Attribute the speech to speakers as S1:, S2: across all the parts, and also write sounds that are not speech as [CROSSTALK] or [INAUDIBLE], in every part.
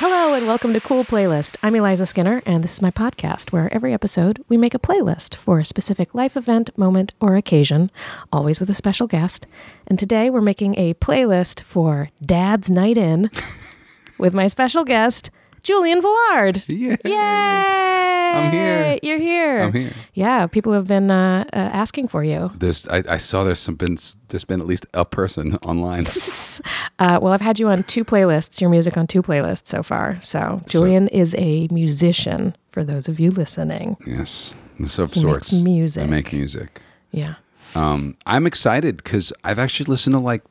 S1: welcome to Cool Playlist. I'm Eliza Skinner, and this is my podcast where every episode we make a playlist for a specific life event, moment, or occasion, always with a special guest. And today we're making a playlist for Dad's Night
S2: [LAUGHS]
S1: In with my special guest, Julian Villard.
S2: Yeah.
S1: Yay!
S2: I'm
S1: I'm
S2: here.
S1: You're here.
S2: I'm here.
S1: Yeah, people have been uh, uh, asking for you.
S2: There's, I, I saw there's some been there's been at least a person online.
S1: [LAUGHS] Uh, well, I've had you on two playlists, your music on two playlists so far. So Julian is a musician. For those of you listening,
S2: yes, of
S1: He makes
S2: sorts.
S1: music.
S2: I make music.
S1: yeah,
S2: Um, I'm excited because I've actually listened to like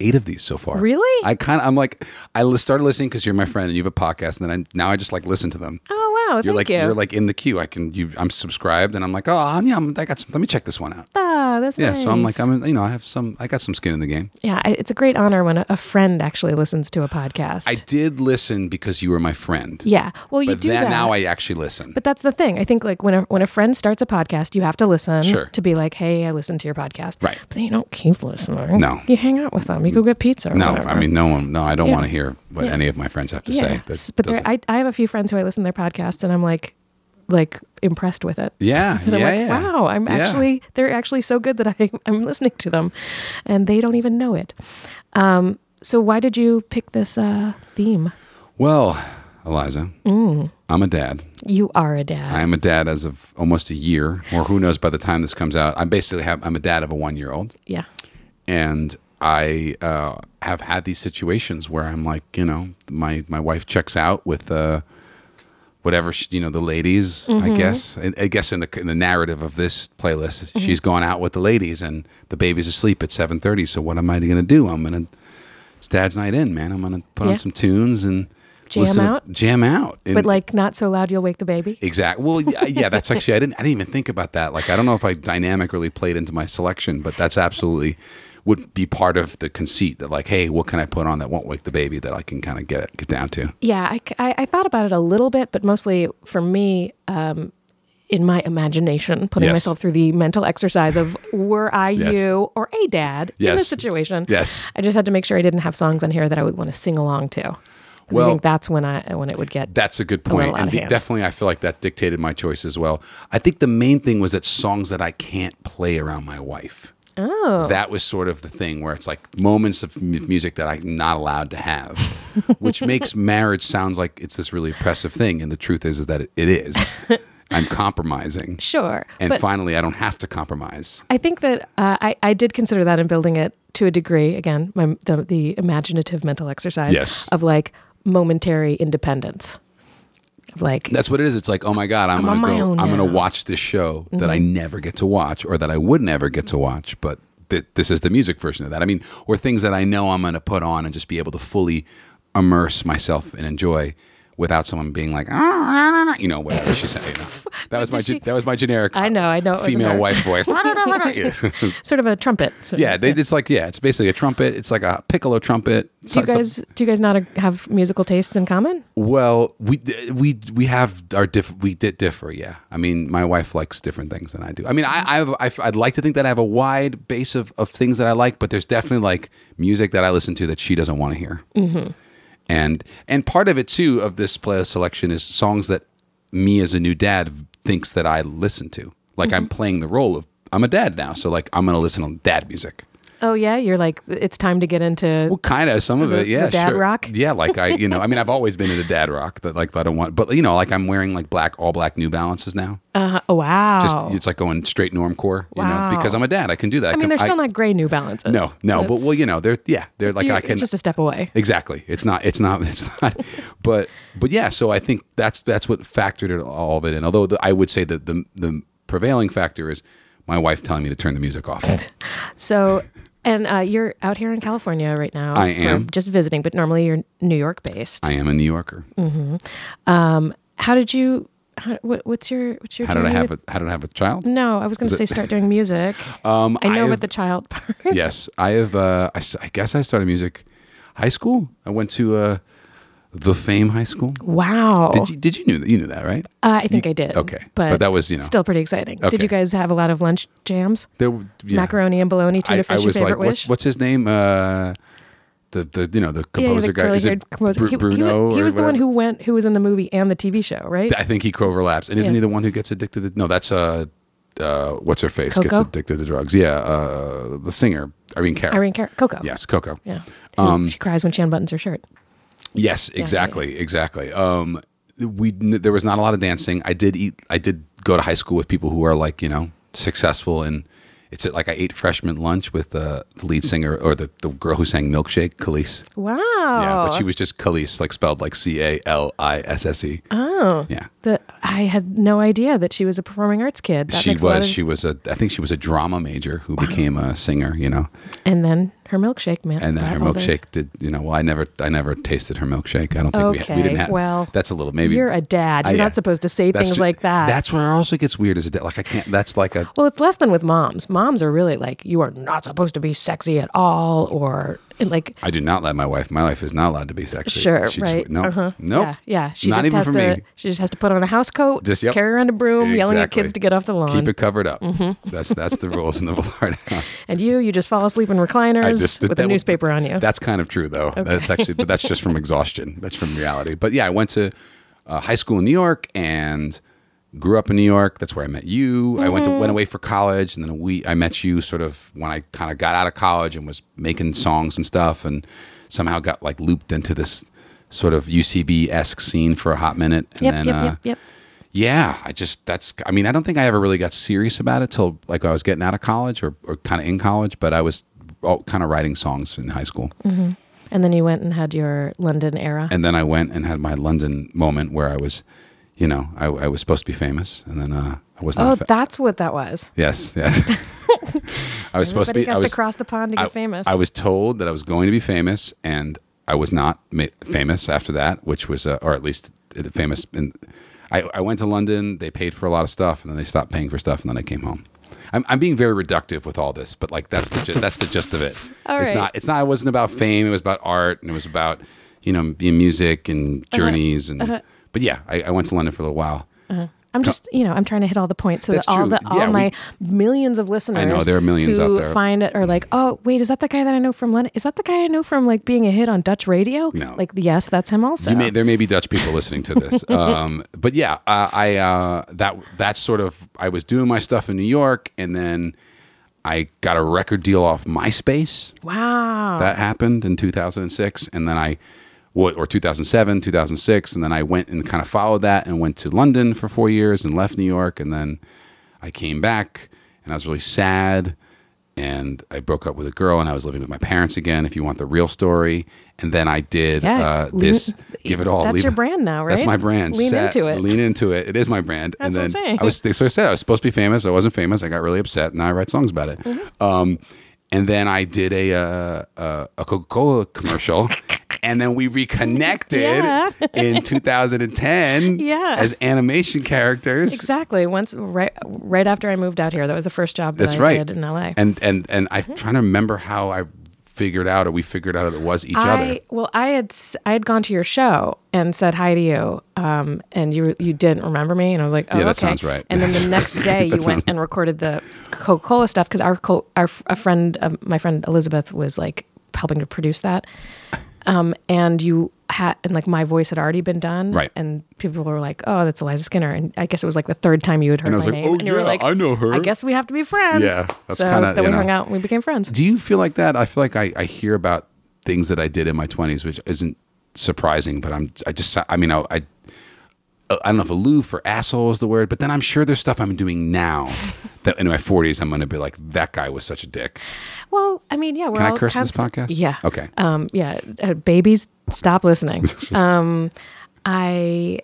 S2: eight of these so far.
S1: Really?
S2: I kind of I'm like I li- started listening because you're my friend and you have a podcast, and then I now I just like listen to them.
S1: Oh wow!
S2: You're
S1: thank
S2: like
S1: you.
S2: are like in the queue. I can you I'm subscribed and I'm like oh yeah I'm, I got some, let me check this one out.
S1: Ah, that's
S2: Yeah, so I'm like
S1: nice.
S2: I'm in- you know I have some I got some skin in the game.
S1: yeah. I- It's a great honor when a, a friend actually listens to a podcast.
S2: I did listen because you were my friend.
S1: yeah. Well, you
S2: but
S1: do
S2: then
S1: that.
S2: now I actually listen.
S1: but that's the thing. I think like when a when a friend starts a podcast, you have to listen
S2: Sure.
S1: to be like, hey, I listened to your podcast.
S2: Right.
S1: But then you don't keep listening.
S2: No.
S1: You hang out with them. You go get pizza. Or
S2: No,
S1: whatever.
S2: I mean, no one. No, I don't
S1: Yeah.
S2: want to hear what
S1: Yeah.
S2: any of my friends have to say.
S1: S-
S2: That
S1: but there,
S2: doesn't-
S1: I, I have a few friends who I listen to their podcast and I'm like, like impressed with it.
S2: yeah,
S1: And
S2: yeah,
S1: I'm like,
S2: yeah.
S1: wow, I'm
S2: Yeah.
S1: actually, they're actually so good that I, [LAUGHS] I'm listening to them and they don't even know it. Um, so why did you pick this uh, theme?
S2: Well, Eliza,
S1: Mm.
S2: I'm a dad.
S1: You are a dad.
S2: I am a dad as of almost a year, or who knows by the time this comes out. I basically have. I'm a dad of a one year old,
S1: yeah.
S2: and I uh, have had these situations where I'm like, you know, my my wife checks out with. Uh, Whatever she, you know, the ladies.
S1: Mm-hmm.
S2: I guess. I, I guess in the in the narrative of this playlist,
S1: Mm-hmm.
S2: she's gone out with the ladies, and the baby's asleep at seven thirty. So what am I going to do? I'm going to it's dad's night in, man. I'm gonna put
S1: Yeah.
S2: on some tunes and
S1: Jam
S2: listen to-
S1: out?
S2: jam out. And-
S1: But like not so loud you'll wake the baby.
S2: exact. Well, yeah, yeah, that's actually I didn't I didn't even think about that. Like I don't know if I dynamic really played into my selection, but that's absolutely would be part of the conceit that like, hey, what can I put on that won't wake the baby that I can kind of get get down to?
S1: Yeah, I, c- I- I thought about it a little bit, but mostly for me, um, in my imagination, putting
S2: Yes.
S1: myself through the mental exercise
S2: [LAUGHS]
S1: of were I
S2: Yes.
S1: you or a dad in this
S2: Yes.
S1: situation.
S2: Yes.
S1: I just had to make sure I didn't have songs on here that I would want to sing along to. 'Cause I
S2: Well-
S1: think that's when I when it would get.
S2: That's a good
S1: A little
S2: point,
S1: out
S2: and
S1: of
S2: de-
S1: hand.
S2: definitely I feel like that dictated my choice as well. I think the main thing was that songs that I can't play around my wife.
S1: oh,
S2: that was sort of the thing where it's like moments of mu- music that I'm not allowed to have, which makes marriage sounds like it's this really oppressive thing, and the truth is is that it, it is. I'm compromising,
S1: sure.
S2: and
S1: but
S2: finally, I don't have to compromise.
S1: I think that uh, I I did consider that in building it to a degree. Again, my, the the imaginative mental exercise
S2: Yes.
S1: of like momentary independence. Of like
S2: That's what it is. It's like, oh my god, I'm,
S1: on
S2: gonna
S1: my
S2: go.
S1: own
S2: I'm gonna
S1: now. Mm-hmm.
S2: watch this show that I never get to watch, or that I would never get to watch, but. th- This is the music version of that. I mean, or things that I know I'm going to put on and just be able to fully immerse myself and enjoy without someone being like, "Ah," you know, whatever she said.
S1: [LAUGHS]
S2: You know. That was my
S1: Did
S2: ge-
S1: she-
S2: that was my generic.
S1: I know, I know it wasn't
S2: Female
S1: her.
S2: wife [LAUGHS]
S1: [LAUGHS]
S2: voice. Yeah.
S1: sort of a trumpet. sort
S2: yeah,
S1: of-
S2: they, it's like yeah, it's basically a trumpet. It's like a piccolo trumpet.
S1: do you guys do you guys not have musical tastes in common?
S2: Well, we we we have our diff we did differ. Yeah, I mean, my wife likes different things than I do. I mean, I I have, I I'd like to think that I have a wide base of of things that I like, but there's definitely like music that I listen to that she doesn't want to hear. Mm-hmm. And and part of it too of this playlist selection is songs that me as a new dad thinks that I listen to. Like I'm playing the role of I'm a dad now, so like I'm gonna listen to dad music.
S1: Oh yeah, you're like it's time to get into.
S2: Well, kind of some of
S1: The-
S2: it, yeah.
S1: the dad
S2: sure.
S1: rock?
S2: yeah. Like I, you know, I mean, I've always been into dad rock. That like I don't want, but you know, like I'm wearing like black, all black New Balances now.
S1: Uh, oh, wow.
S2: Just it's like going straight normcore, you
S1: Wow.
S2: know, because I'm a dad. I can do that.
S1: I mean, they're still
S2: I,
S1: not gray New Balances.
S2: no, no, but
S1: That's-
S2: well, you know, they're yeah, they're like
S1: you're-
S2: I can
S1: it's just a step away.
S2: exactly. It's not, it's not, [LAUGHS] it's not. but but yeah, so I think that's that's what factored it, all of it in. Although the, I would say that the the prevailing factor is my wife telling me to turn the music off.
S1: So, and uh, you're out here in California right now.
S2: I
S1: for
S2: am.
S1: just visiting, but normally you're New York based. Um,
S2: I am a New Yorker.
S1: How did you? How, what, what's your what's your?
S2: How did I
S1: journey
S2: have
S1: with-
S2: a how did I have a child?
S1: No, I was going to say start doing music. Um, I
S2: I
S1: know about
S2: have-
S1: the
S2: [LAUGHS]
S1: child part.
S2: yes, I have. Uh, I, s- I guess I started music high school. I went to uh, the Fame High School.
S1: Wow.
S2: Did you did you knew that you knew that right?
S1: uh, I think I did.
S2: okay.
S1: but,
S2: But that was, you know-
S1: still pretty exciting. Did
S2: Okay.
S1: you guys have a lot of lunch jams?
S2: There w- yeah.
S1: Macaroni and bologna, tuna
S2: I,
S1: fish.
S2: I
S1: your
S2: was
S1: favorite
S2: like,
S1: wish.
S2: what's, what's his name? Uh, the the you know the
S1: Yeah, yeah,
S2: composer
S1: the
S2: guy is it
S1: curly-haired composer.
S2: Bru-
S1: He- he was-
S2: Bruno?
S1: He,
S2: or
S1: was the one
S2: whatever?
S1: who went, who was in the movie and the TV show, right?
S2: I think he co overlaps. And isn't
S1: Yeah.
S2: he the one who gets addicted to no, that's uh uh what's her face gets
S1: Coco?
S2: addicted to drugs. Yeah, uh the singer, Irene Cara.
S1: Irene Car- Coco.
S2: Yes, Coco.
S1: Yeah. Who-
S2: Um
S1: she cries when she unbuttons her shirt.
S2: yes,
S1: yeah.
S2: exactly, exactly. Um we there was not a lot of dancing. I did eat I did go to high school with people who are like, you know, successful and it's like I ate freshman lunch with uh, the lead singer or the, the girl who sang Milkshake, Khalees.
S1: Wow.
S2: Yeah, but she was just Khalees, like spelled like C A L I S S E.
S1: Oh.
S2: Yeah.
S1: The, I had no idea that she was a performing arts kid. That
S2: she
S1: makes a lot
S2: was
S1: of-
S2: she was a I think she was a drama major who became a singer, you know.
S1: and then her milkshake man.
S2: And then her
S1: rivaled
S2: milkshake did, you know. Well, I never I never tasted her milkshake. I don't think we, we
S1: Okay,
S2: didn't have.
S1: well,
S2: that's a little maybe.
S1: You're a dad.
S2: I-
S1: You're
S2: yeah.
S1: not supposed to say
S2: That's
S1: things
S2: ju-
S1: like that.
S2: That's where it also gets weird as a dad. Like I can't. That's like a
S1: well, it's less than with moms. Moms are really like, you are not supposed to be sexy at all, or and like,
S2: I do not let my wife. My wife is not allowed to be sexy.
S1: sure,
S2: She just-
S1: right?
S2: no,
S1: uh-huh.
S2: no.
S1: yeah, yeah. She
S2: not
S1: just
S2: even
S1: has
S2: for
S1: to.
S2: me.
S1: She just has to put on a house coat,
S2: Just, yep.
S1: carry around a broom, yelling at
S2: Exactly.
S1: kids to get off the lawn,
S2: Keep it covered up.
S1: Mm-hmm.
S2: That's that's the rules in the [LAUGHS] Ballard house.
S1: and you, you just fall asleep in recliners
S2: I just-
S1: with a
S2: that was-
S1: newspaper on you.
S2: That's kind of true, though. That's actually, but
S1: [LAUGHS]
S2: that's just from exhaustion. That's from reality. But yeah, I went to uh, high school in New York and grew up in New York. That's where I met you. I went to
S1: Mm-hmm.
S2: went away for college, and then we I met you sort of when I kind of got out of college and was making songs and stuff, and somehow got like looped into this sort of UCB esque scene for a hot minute, and
S1: yep,
S2: then
S1: yep,
S2: uh,
S1: yep, yep.
S2: yeah, I just that's I mean, I don't think I ever really got serious about it till like I was getting out of college or, or kind of in college, but I was all kind of writing songs in high school.
S1: Mm. And then you went and had your London era.
S2: And then I went and had my London moment where I was, you know, I, I was supposed to be famous and then uh, I was not.
S1: oh,
S2: fa-
S1: that's what that was.
S2: yes, yes. [LAUGHS] I was supposed
S1: Everybody
S2: to be.
S1: has
S2: I was,
S1: to cross the pond to get
S2: I,
S1: famous.
S2: I was told that I was going to be famous, and I was not ma- famous after that, which was, uh, or at least famous. In, I, I went to London. They paid for a lot of stuff, and then they stopped paying for stuff, and then I came home. I'm, I'm being very reductive with all this, but like that's the gi- that's the gist of it.
S1: All
S2: it's
S1: right.
S2: not it's not it wasn't about fame. It was about art, and it was about you know being music and
S1: Uh-huh.
S2: journeys, and but yeah, I, I went to London for a little while.
S1: I'm just, you know, I'm trying to hit all the points so that
S2: That's
S1: all
S2: true.
S1: the all
S2: Yeah, we-
S1: my millions of listeners.
S2: I know, there are millions
S1: who
S2: out there.
S1: Find it or like, oh, wait, is that the guy that I know from London? Is that the guy I know from like being a hit on Dutch radio?
S2: No.
S1: Like, yes, that's him also.
S2: You may, there may be Dutch people listening to this, um, but yeah, uh, I uh, that that's sort of I was doing my stuff in New York, and then I got a record deal off MySpace.
S1: wow.
S2: That happened in 2006, and then I what or 2007, 2006, and then I went and kind of followed that and went to London for four years and left New York, and then I came back and I was really sad. And I broke up with a girl, and I was living with my parents again. If you want the real story, and then I did
S1: Yeah.
S2: uh, this. Give it all.
S1: That's
S2: leave
S1: your
S2: it-
S1: brand now,
S2: That's
S1: right?
S2: my brand.
S1: Lean
S2: Set-
S1: into it.
S2: Lean into it. It is my brand. and
S1: That's what
S2: then
S1: I'm saying.
S2: I was that's what I said. I was supposed to be famous. I wasn't famous. I got really upset, and now I write songs about it.
S1: Mm-hmm.
S2: Um, and then I did a uh, uh, a Coca
S1: [LAUGHS]
S2: Cola commercial, and then we reconnected
S1: Yeah.
S2: in
S1: [LAUGHS]
S2: 2010
S1: Yeah.
S2: as animation characters.
S1: exactly. Once right right after I moved out here, that was the first job that
S2: That's
S1: I
S2: right.
S1: did in LA.
S2: And and and I'm trying to remember how I figured out or we figured out it was each other.
S1: I, well, I had s- I had gone to your show and said hi to you, um, and you you didn't remember me, and I was like, oh,
S2: Yeah, that
S1: okay.
S2: sounds right.
S1: And
S2: [LAUGHS]
S1: then the next day you went and recorded the Coca Cola stuff because our co- our f- a friend of my friend Elizabeth was like helping to produce that, um, and you had and like my voice had already been done,
S2: Right.
S1: And people were like, oh, that's Eliza Skinner, and I guess it was like the third time you had heard
S2: And I was
S1: my
S2: like,
S1: name,
S2: "Oh,
S1: and you were
S2: yeah,
S1: like,
S2: I know her."
S1: I guess we have to be friends.
S2: Yeah, that's
S1: so
S2: kinda,
S1: then we
S2: you know.
S1: hung out and we became friends.
S2: Do you feel like that? I feel like I, I hear about things that I did in my twenties, which isn't surprising, but I'm I just I mean I, I I don't know if aloof or asshole is the word, but then I'm sure there's stuff I'm doing now
S1: [LAUGHS]
S2: that in my 40s I'm going to be like that guy was such a dick.
S1: Well, I mean, yeah, we're
S2: Can I
S1: all
S2: curse in this
S1: const-
S2: podcast?
S1: Yeah.
S2: Okay.
S1: Um, yeah, uh, babies, stop
S2: [LAUGHS]
S1: listening. um, I,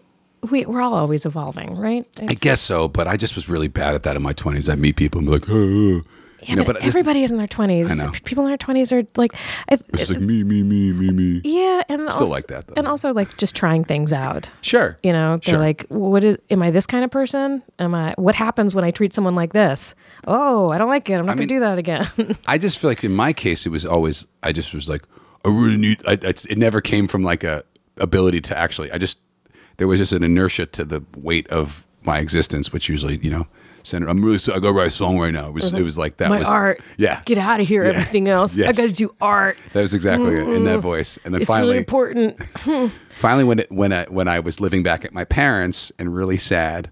S1: we, we're all always evolving, right?
S2: I
S1: It's-
S2: guess so, but I just was really bad at that in my 20s. I meet people and be like, oh,
S1: Yeah, but, everybody is in their tnies.
S2: I know.
S1: People in their twenties are like, I,
S2: it's like me, me, me, me, me.
S1: yeah, and still also,
S2: like that, though.
S1: and also like just trying things out.
S2: Sure.
S1: You know, they're
S2: Sure.
S1: like, what is? Am I this kind of person? Am I? What happens when I treat someone like this? Oh, I don't like it. I'm not going
S2: mean-
S1: to do that again. [LAUGHS]
S2: I just feel like in my case, it was always I just was like I really need. I, I, it never came from like a ability to actually. I just there was just an inertia to the weight of my existence, which usually you know send her. I'm really sorry. I got to write a song right now. It was, it was like that.
S1: My
S2: was,
S1: art.
S2: Yeah.
S1: Get out of here.
S2: Yeah.
S1: Everything else. I
S2: Yes.
S1: got to do art.
S2: That was exactly it in that voice. And then
S1: Mm-hmm. It's
S2: finally,
S1: really important.
S2: finally when it, when I when I was living back at my parents and really sad,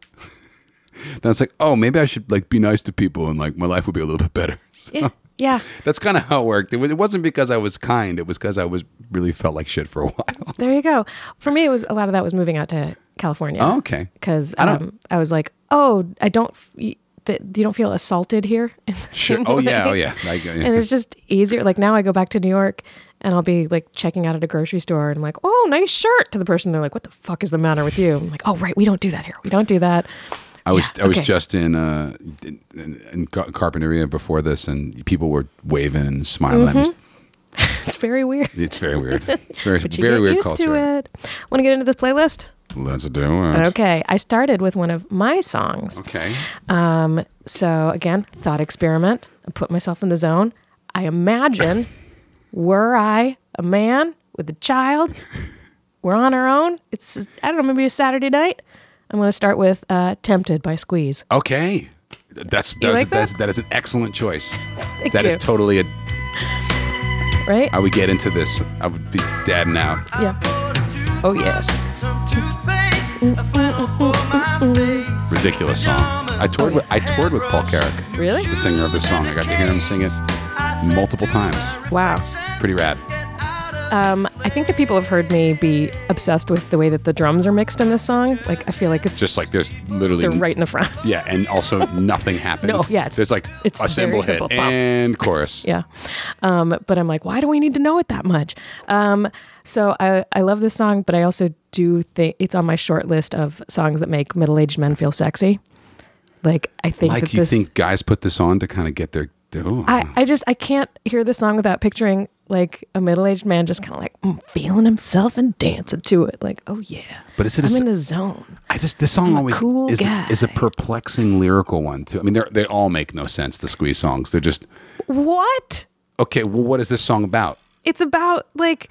S2: [LAUGHS] then I was like, oh, maybe I should like be nice to people and like my life would be a little bit better.
S1: yeah. yeah.
S2: That's kind of how it worked. It, was, it wasn't because I was kind. It was because I was really felt like shit for a [LAUGHS] while.
S1: There you go. For me, it was a lot of that was moving out to California.
S2: Oh, okay.
S1: Because
S2: I don't-
S1: um, I was like, oh, I don't. f- y- That you don't feel assaulted here. [LAUGHS] In the
S2: Sure.
S1: same
S2: Oh yeah.
S1: way.
S2: Oh yeah. I get-
S1: and it's just easier. Like now I go back to New York and I'll be like checking out at a grocery store and I'm like, oh, nice shirt to the person. They're like, what the fuck is the matter with you? I'm like, oh, right. We don't do that here. We don't do that. [LAUGHS]
S2: I was
S1: Yeah,
S2: I was
S1: okay.
S2: just in uh in, in Car- Carpinteria before this, and people were waving and smiling. at me.
S1: It's very weird.
S2: It's very weird. It's very
S1: Mm-hmm. [LAUGHS] But you
S2: very
S1: get
S2: weird
S1: used
S2: culture.
S1: to it. Want to get into this playlist?
S2: Let's do it.
S1: Okay. I started with one of my songs.
S2: Okay.
S1: Um, so again, thought experiment. I put myself in the zone. I imagine, were I a man with a child, we're on our own. It's I don't know, maybe a Saturday night. I'm going to start with uh, "Tempted" by Squeeze.
S2: Okay. That's that's,
S1: like that?
S2: that's that is an
S1: [LAUGHS]
S2: excellent choice. That is
S1: you.
S2: totally a.
S1: Right?
S2: I would get into this. I would be dadding out.
S1: yeah. Oh yeah.
S2: Ridiculous song. I toured with I toured with Paul Carrick,
S1: Really?
S2: the singer of this song. I got to hear him sing it multiple times.
S1: Wow.
S2: Pretty rad.
S3: Uh,
S1: Um, I think that people have heard me be obsessed with the way that the drums are mixed in this song. Like I feel like it's
S2: Just like there's literally
S1: they're right in the front.
S2: Yeah, and also
S1: [LAUGHS]
S2: nothing happens.
S1: No, yeah, it's-
S2: there's like
S1: it's
S2: a
S1: very
S2: cymbal hit
S1: simple. Bop.
S2: and chorus.
S1: yeah. Um, but I'm like, why do we need to know it that much? Um, so I, I love this song, but I also do think it's on my short list of songs that make middle aged men feel sexy. Like I think
S2: Like
S1: that
S2: you
S1: this,
S2: think guys put this on to kind of get their. Oh,
S1: I, I just I can't hear this song without picturing like a middle aged man just kind of like mm, feeling himself and dancing to it. Like oh yeah,
S2: But is it a
S1: I'm
S2: s-
S1: in the zone.
S2: I just this song always
S1: cool
S2: is,
S1: guy.
S2: is a perplexing lyrical one too. I mean, they they all make no sense. The squeeze songs. They're just
S1: What?
S2: okay. Well, what is this song about?
S1: it's about like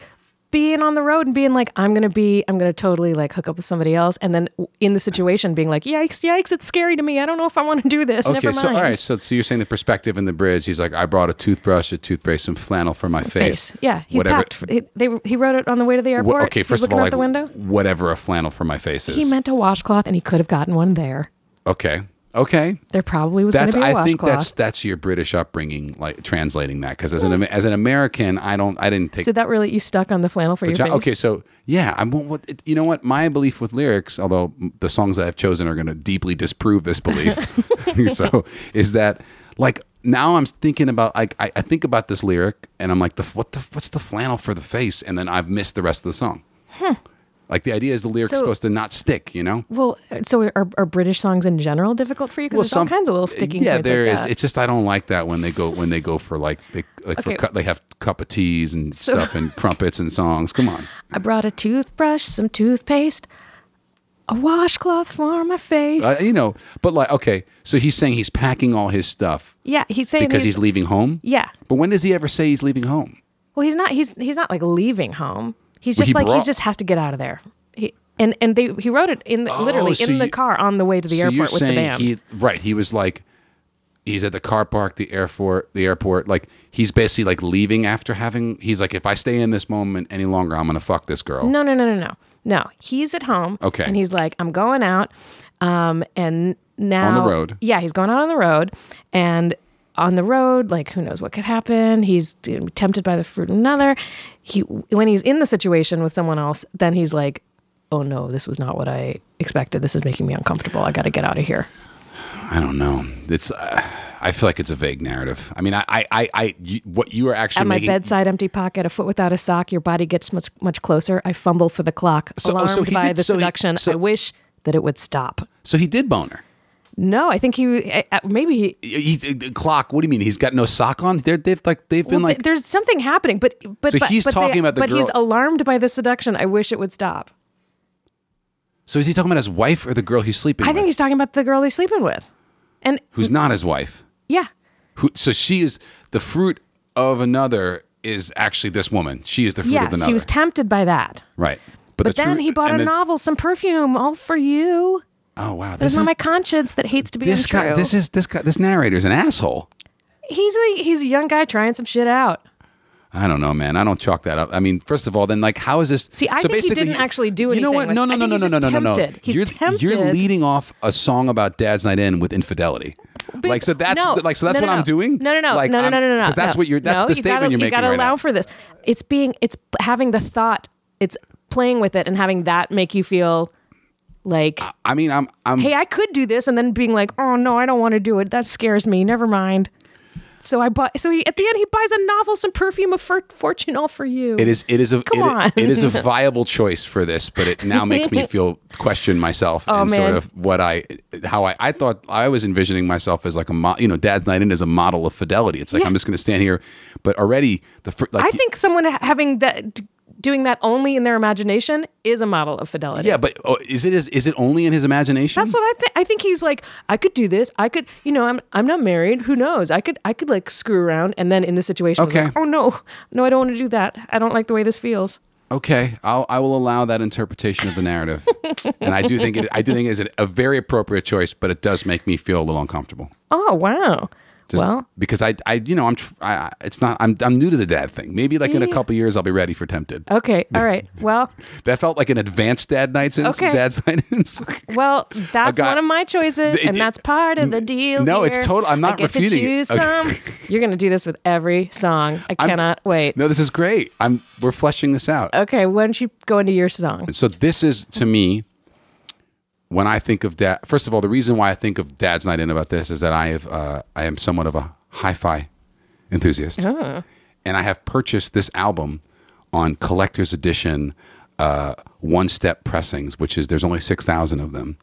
S1: being on the road and being like, I'm gonna be, I'm gonna totally like hook up with somebody else, and then w- in the situation being like, yikes, yikes, it's scary to me. I don't know if I want to do this.
S2: Okay,
S1: Never mind.
S2: so all right, so so you're saying the perspective in the bridge. He's like, I brought a toothbrush, a toothpaste, some flannel for my face.
S1: Face. Yeah, he's
S2: whatever.
S1: packed. He, they, he wrote it on the way to the
S2: Wha-
S1: airport.
S2: okay,
S1: He's
S2: first of
S1: looking
S2: all,
S1: out
S2: like
S1: the window.
S2: whatever a flannel for my face is.
S1: He meant a washcloth, and he could have gotten one there.
S2: okay, okay.
S1: There probably was going
S2: that's
S1: to be a
S2: I think
S1: washcloth.
S2: that's that's your British upbringing, like translating that. Because as an Am- as an American, I don't I didn't take.
S1: so that really you stuck on the flannel for your
S2: John-
S1: face.
S2: okay, so yeah, I won't. What, it- you know what? My belief with lyrics, although m- the songs that I've chosen are going to deeply disprove
S1: [LAUGHS]
S2: this belief, [LAUGHS] so is that like now I'm thinking about like I, I think about this lyric and I'm like the what the what's the flannel for the face, and then I've missed the rest of the song. Like the idea is the lyric's
S1: So-
S2: supposed to not stick, you know.
S1: Well, so are, are British songs in general difficult for you? Because there's all kinds of little sticking.
S2: Yeah,
S1: points like
S2: there is.
S1: that.
S2: It's just I don't like that when they go when they go for like they like
S1: Okay.
S2: for cut they have cup of teas and
S1: [LAUGHS]
S2: stuff and crumpets and songs. Come on,
S1: I brought a toothbrush, some toothpaste, a washcloth for my face.
S2: uh, you know. But like, okay, so he's saying he's packing all his stuff
S1: yeah, he's saying
S2: because he's leaving home.
S1: yeah.
S2: But when does he ever say he's leaving home?
S1: Well, he's not. He's he's not like leaving home. He's
S2: Well,
S1: just
S2: he
S1: like he
S2: brought-
S1: just has to get out of there. He and and they he wrote it in the, literally
S2: Oh, so
S1: in the
S2: you-
S1: car on the way to the
S2: so you're
S1: airport with the
S2: saying
S1: band.
S2: he right? He was like. He's at the car park, the airport, the airport. Like he's basically like leaving after having. He's like, if I stay in this moment any longer, I'm gonna fuck this girl.
S1: no, no, no, no, no, no. He's at home.
S2: Okay.
S1: And he's like, I'm going out. Um, and now
S2: road.
S1: Yeah, he's going out on the road, and on the road, like who knows what could happen. He's tempted by the fruit of another. He when he's in the situation with someone else, then he's like, Oh no, this was not what I expected. This is making me uncomfortable. I got to get out of here.
S2: I don't know. It's. Uh, I feel like it's a vague narrative. I mean, I, I, I, I you, what you are actually
S1: At my
S2: making.
S1: bedside, empty pocket, a foot without a sock. Your body gets much much closer. I fumble for the clock,
S2: So- oh,
S1: alarmed
S2: so he
S1: by
S2: did-
S1: the
S2: so he-
S1: seduction.
S2: so-
S1: I wish that it would stop.
S2: So he did boner.
S1: No, I think he I- I- maybe he.
S2: He, he- the clock. What do you mean? He's got no sock on. They're, they've like they've been
S1: well, th-
S2: like.
S1: there's something happening, but but
S2: So
S1: but,
S2: he's
S1: but
S2: talking about the
S1: but he's
S2: girl-
S1: alarmed by the seduction. I wish it would stop.
S2: So is he talking about his wife or the girl he's sleeping
S1: I think
S2: with?
S1: he's talking about the girl he's sleeping with, and
S2: Who's not his wife?
S1: yeah,
S2: Who? So she is the fruit of another. Is actually this woman? She is the fruit of
S1: yes,
S2: another.
S1: he was tempted by that.
S2: right.
S1: But
S2: the
S1: then
S2: true-
S1: he bought
S2: and
S1: a
S2: the-
S1: novel, some perfume, all for you.
S2: Oh wow,
S1: There's
S2: this
S1: not
S2: is
S1: my conscience that hates to be
S2: this
S1: untrue.
S2: guy. This is this guy. This narrator's an asshole.
S1: he's a he's a young guy trying some shit out.
S2: I don't know, man. I don't chalk that up. I mean, first of all, then like, how is this?
S1: See, I think he
S2: basically-
S1: didn't actually do
S2: You know
S1: anything
S2: what?
S1: with-
S2: No, no,
S1: I
S2: no,
S1: think
S2: no,
S1: he's
S2: no, no,
S1: just
S2: no, no, no.
S1: tempted. He's
S2: you're, You're
S1: tempted.
S2: leading off a song about Dad's Night In with infidelity. like, so that's
S1: no,
S2: like, so that's
S1: no, no,
S2: what
S1: no.
S2: I'm doing.
S1: No, no, no,
S2: like,
S1: no, no,
S2: I'm-
S1: no, no, no, no.
S2: 'cause that's what you're. That's
S1: no,
S2: the
S1: you
S2: statement
S1: gotta,
S2: you're making
S1: You gotta
S2: right
S1: allow
S2: now.
S1: for this. It's being, it's p- having the thought. It's playing with it and having that make you feel like,
S2: I mean, I'm, I'm.
S1: hey, I could do this, and then being like, oh no, I don't want to do it. That scares me. Never mind. So I bought. So he at the end he buys a novel, some perfume, a for, fortune, all for you.
S2: It is. It is a.
S1: Come
S2: it-
S1: on.
S2: it is
S1: [LAUGHS]
S2: a viable choice for this, but it now makes me feel question myself and
S1: Oh, man.
S2: sort of what I, how I, I thought I was envisioning myself as like a, mo- you know, Dad's Night In is a model of fidelity. It's like
S1: Yeah.
S2: I'm just going to stand here, but already the fir- like
S1: I think someone ha- having that, d- doing that only in their imagination is a model of fidelity.
S2: Yeah, but oh, is it is, is it only in his imagination?
S1: That's what I think. I think he's like, I could do this. I could, you know, I'm I'm not married. Who knows? I could I could like screw around, and then in this situation, I was
S2: Okay.
S1: like, oh no, no, I don't want to do that. I don't like the way this feels.
S2: okay, I'll, I will allow that interpretation of
S1: [LAUGHS]
S2: the narrative, and I do think it I do think it is a very appropriate choice, but it does make me feel a little uncomfortable.
S1: Oh wow.
S2: Just
S1: well,
S2: because I, I, you know, I'm, tr- I, I- it's not, I'm, I'm new to the dad thing. Maybe like in a
S1: Yeah.
S2: couple years, I'll be ready for tempted. [LAUGHS]
S1: okay, all right. Well,
S2: That felt like an advanced dad nights in,
S1: Okay.
S2: dad's [LAUGHS] night ins.
S1: well, that's
S2: got-
S1: one of my choices,
S2: It-
S1: and
S2: it-
S1: that's part of the deal.
S2: no, it's
S1: here.
S2: total- I'm
S1: I
S2: not
S1: get to
S2: refuting it.
S1: choose
S2: Okay. [LAUGHS]
S1: some. You're gonna do this with every song. I
S2: I'm-
S1: cannot wait.
S2: no, this is great. I'm, we're fleshing this out.
S1: Okay, why don't you go into your song?
S2: So this is to me when I think of dad. First of all, the reason why I think of Dad's Night In about this is that I have uh, I am somewhat of a hi-fi enthusiast,
S1: Ah.
S2: and I have purchased this album on collector's edition uh, one-step pressings, which is there's only six thousand of them.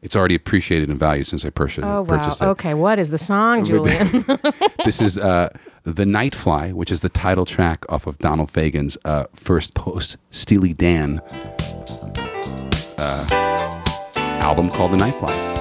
S2: It's already appreciated in value since I purchased,
S1: Mm-hmm. Oh wow.
S2: purchased it
S1: Okay, what is the song, Julian?
S2: [LAUGHS] this is uh, The Nightfly, which is the title track off of Donald Fagen's uh, first post Steely Dan uh, album called The Nightfly.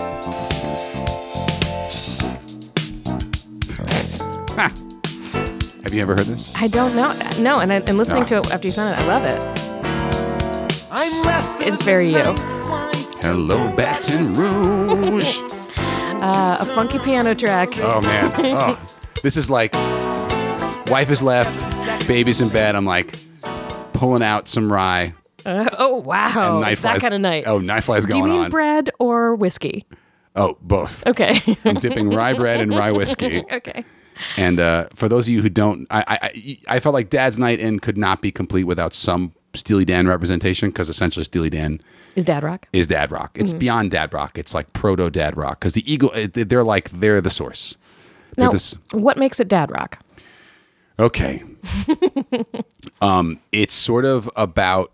S2: Have you ever heard this?
S1: I don't know. No, and I, and listening
S2: Ah.
S1: to it after you sent it, I love it.
S3: I'm less than
S1: It's very you.
S3: a nightfly.
S2: Hello, Baton Rouge.
S1: Uh, a funky piano track. [LAUGHS]
S2: oh, man. Oh. This is like, wife is left, baby's in bed. I'm like, pulling out some rye.
S1: oh wow,
S2: and Nightfly's-
S1: that kind of night.
S2: Oh, Nightfly's
S1: Do
S2: going
S1: you mean
S2: on.
S1: bread or
S2: [LAUGHS]
S1: whiskey?
S2: Oh, both.
S1: Okay,
S2: I'm dipping rye bread and rye whiskey.
S1: [LAUGHS] okay.
S2: And uh, for those of you who don't, I, I I I felt like Dad's Night In could not be complete without some Steely Dan representation because essentially Steely Dan
S1: Is Dad Rock?
S2: is Dad Rock. It's
S1: Mm-hmm.
S2: beyond Dad Rock. It's like proto Dad Rock because the Eagle, it- they're like they're the source. They're
S1: Now,
S2: this-
S1: what makes it Dad Rock?
S2: Okay. um, it's sort of about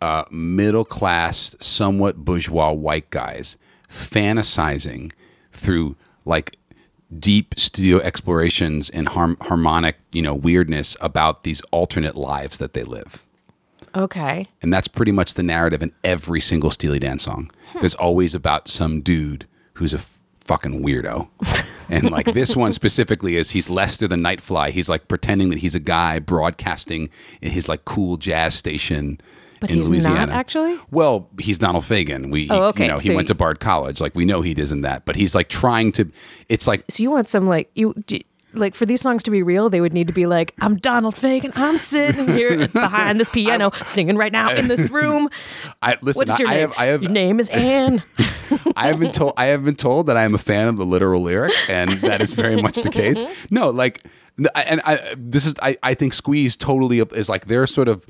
S2: uh, middle class, somewhat bourgeois white guys fantasizing through like deep studio explorations and harm- harmonic, you know, weirdness about these alternate lives that they live.
S1: Okay,
S2: And that's pretty much the narrative in every single Steely Dan song.
S1: Hmm.
S2: There's always about some dude who's a f-
S1: [LAUGHS]
S2: fucking weirdo. and like this one specifically is he's Lester the Nightfly. He's like pretending that he's a guy broadcasting in his like cool jazz station
S1: But
S2: in
S1: he's not,
S2: Louisiana.
S1: actually?
S2: Well, he's Donald Fagen. We he-
S1: Oh, okay.
S2: you know, he
S1: So
S2: went
S1: you-
S2: to Bard College. Like we know he isn't that, but he's like trying to it's like
S1: so you want some like you. d- like for these songs to be real, they would need to be like, "I'm Donald Fagan. I'm sitting
S2: [LAUGHS]
S1: here behind this piano, singing right now in this room.
S2: I listen,
S1: What is your
S2: I, I
S1: name?
S2: have I have
S1: your name
S2: [LAUGHS]
S1: is Anne.
S2: I have been told I have been told that I am a fan of the literal lyric, and that is very much
S1: [LAUGHS]
S2: the case. No, like, n- I- and I this is I I think Squeeze totally is like they're sort of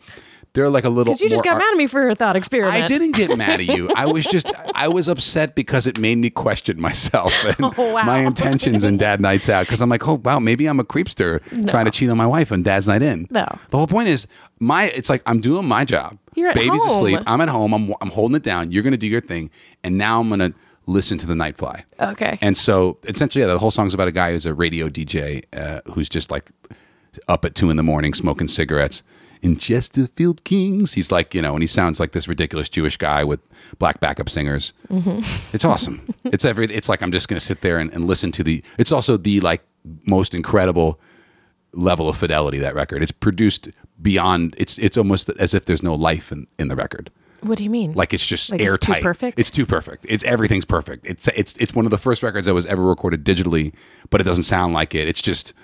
S2: they're like a little.
S1: Because you just got
S2: more ar-
S1: mad at me for a thought experiment.
S2: I didn't get mad at you. I
S1: [LAUGHS]
S2: was just I was upset because it made me question myself and
S1: Oh, wow.
S2: my intentions in Dad Nights Out. Because I'm like, oh wow, maybe I'm a creepster trying to cheat on my wife on Dad's Night In.
S1: No.
S2: the whole point is my. It's like I'm doing my job.
S1: You're at
S2: Baby's
S1: home.
S2: asleep. I'm at home. I'm I'm holding it down. You're gonna do your thing, and now I'm gonna listen to the Nightfly.
S1: Okay.
S2: And so essentially, yeah, the whole song's about a guy who's a radio DJ uh, who's just like up at two in the morning smoking cigarettes. In Chesterfield Kings, he's like, you know, and he sounds like this ridiculous Jewish guy with black backup singers. It's awesome. it's every. It's like I'm just gonna sit there and, and listen to the. It's also the like most incredible level of fidelity that record. It's produced beyond. It's it's almost as if there's no life in, in the record.
S1: What do you mean?
S2: Like it's just
S1: Like it's too
S2: airtight.
S1: perfect?
S2: It's too perfect. It's everything's perfect. It's it's it's one of the first records that was ever recorded digitally, but it doesn't sound like it. It's just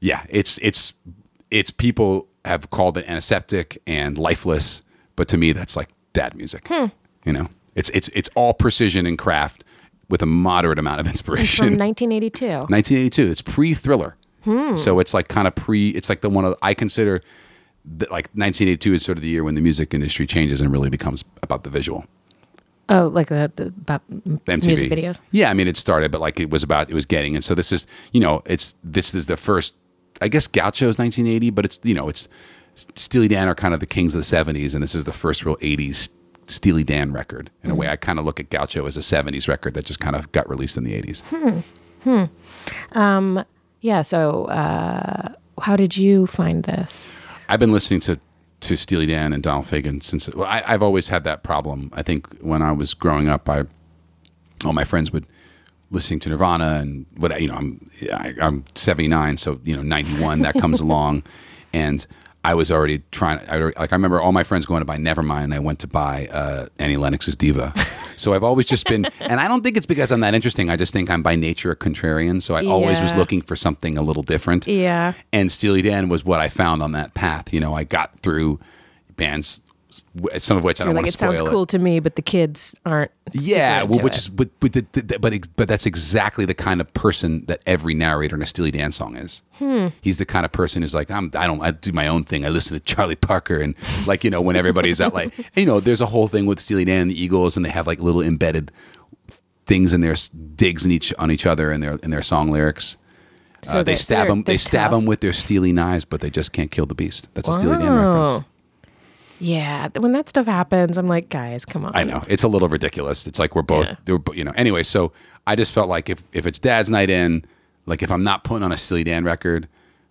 S2: yeah, it's it's it's people have called it antiseptic and lifeless, but to me that's like dad music.
S1: Hmm.
S2: You know? It's it's it's all precision and craft with a moderate amount of
S1: it's from
S2: [LAUGHS] inspiration.
S1: 1982.
S2: 1982. It's pre-thriller.
S1: Hmm.
S2: So it's like kind of pre. It's like the one of, I consider that like 1982 is sort of the year when the music industry changes and really becomes about the visual.
S1: Oh, like the, the about
S2: MTV
S1: music videos.
S2: Yeah, I mean it started, but like it was about it was getting, and so this is you know it's this is the first. I guess Gaucho's 1980, but it's you know it's Steely Dan are kind of the kings of the 70s, and this is the first real 80s Steely Dan record. In
S1: Hmm.
S2: a way, I kind of look at Gaucho as a 70s record that just kind of got released in the 80s.
S1: Yeah. So, uh, how did you find this?
S2: I've been listening to to Steely Dan and Donald Fagen since. Well, I, I've always had that problem. I think when I was growing up, I all my friends would listening to Nirvana and what you know. I'm I, I'm 79, so you know 91 that comes along, and I was already trying. I, already- like I remember all my friends going to buy Nevermind, and I went to buy uh, Annie Lennox's Diva. So I've always just been, and I don't think it's because I'm that interesting. I just think I'm by nature a contrarian. So I always was
S1: Yeah.
S2: looking for something a little different
S1: Yeah.
S2: and Steely Dan was what I found on that path. You know, I got through bands, w- some of which I don't
S1: You're
S2: want
S1: like
S2: to
S1: it
S2: spoil.
S1: sounds cool to me, but the kids aren't.
S2: Yeah,
S1: super
S2: well,
S1: into
S2: which
S1: it.
S2: is but but, the, the, but ex- but that's exactly the kind of person that every narrator in a Steely Dan song is.
S1: Hmm.
S2: He's the kind of person who's like, I'm I don't I do my own thing. I listen to Charlie Parker and like you know when everybody's out like [LAUGHS] you know there's a whole thing with Steely Dan and the Eagles and they have like little embedded things in their s- digs in each on each other in their in their song lyrics.
S1: So
S2: Uh, they
S1: they're-
S2: stab
S1: they're-
S2: them. They
S1: they're
S2: stab
S1: tough.
S2: them with their steely knives, but they just can't kill the beast. That's a Steely Dan reference.
S1: Oh. Yeah, th- when that stuff happens, I'm like, guys, come on.
S2: I know it's a little ridiculous. It's like we're both, we're bo- you know. Anyway, so I just felt like if if it's Dad's night in, like if I'm not putting on a Steely Dan record,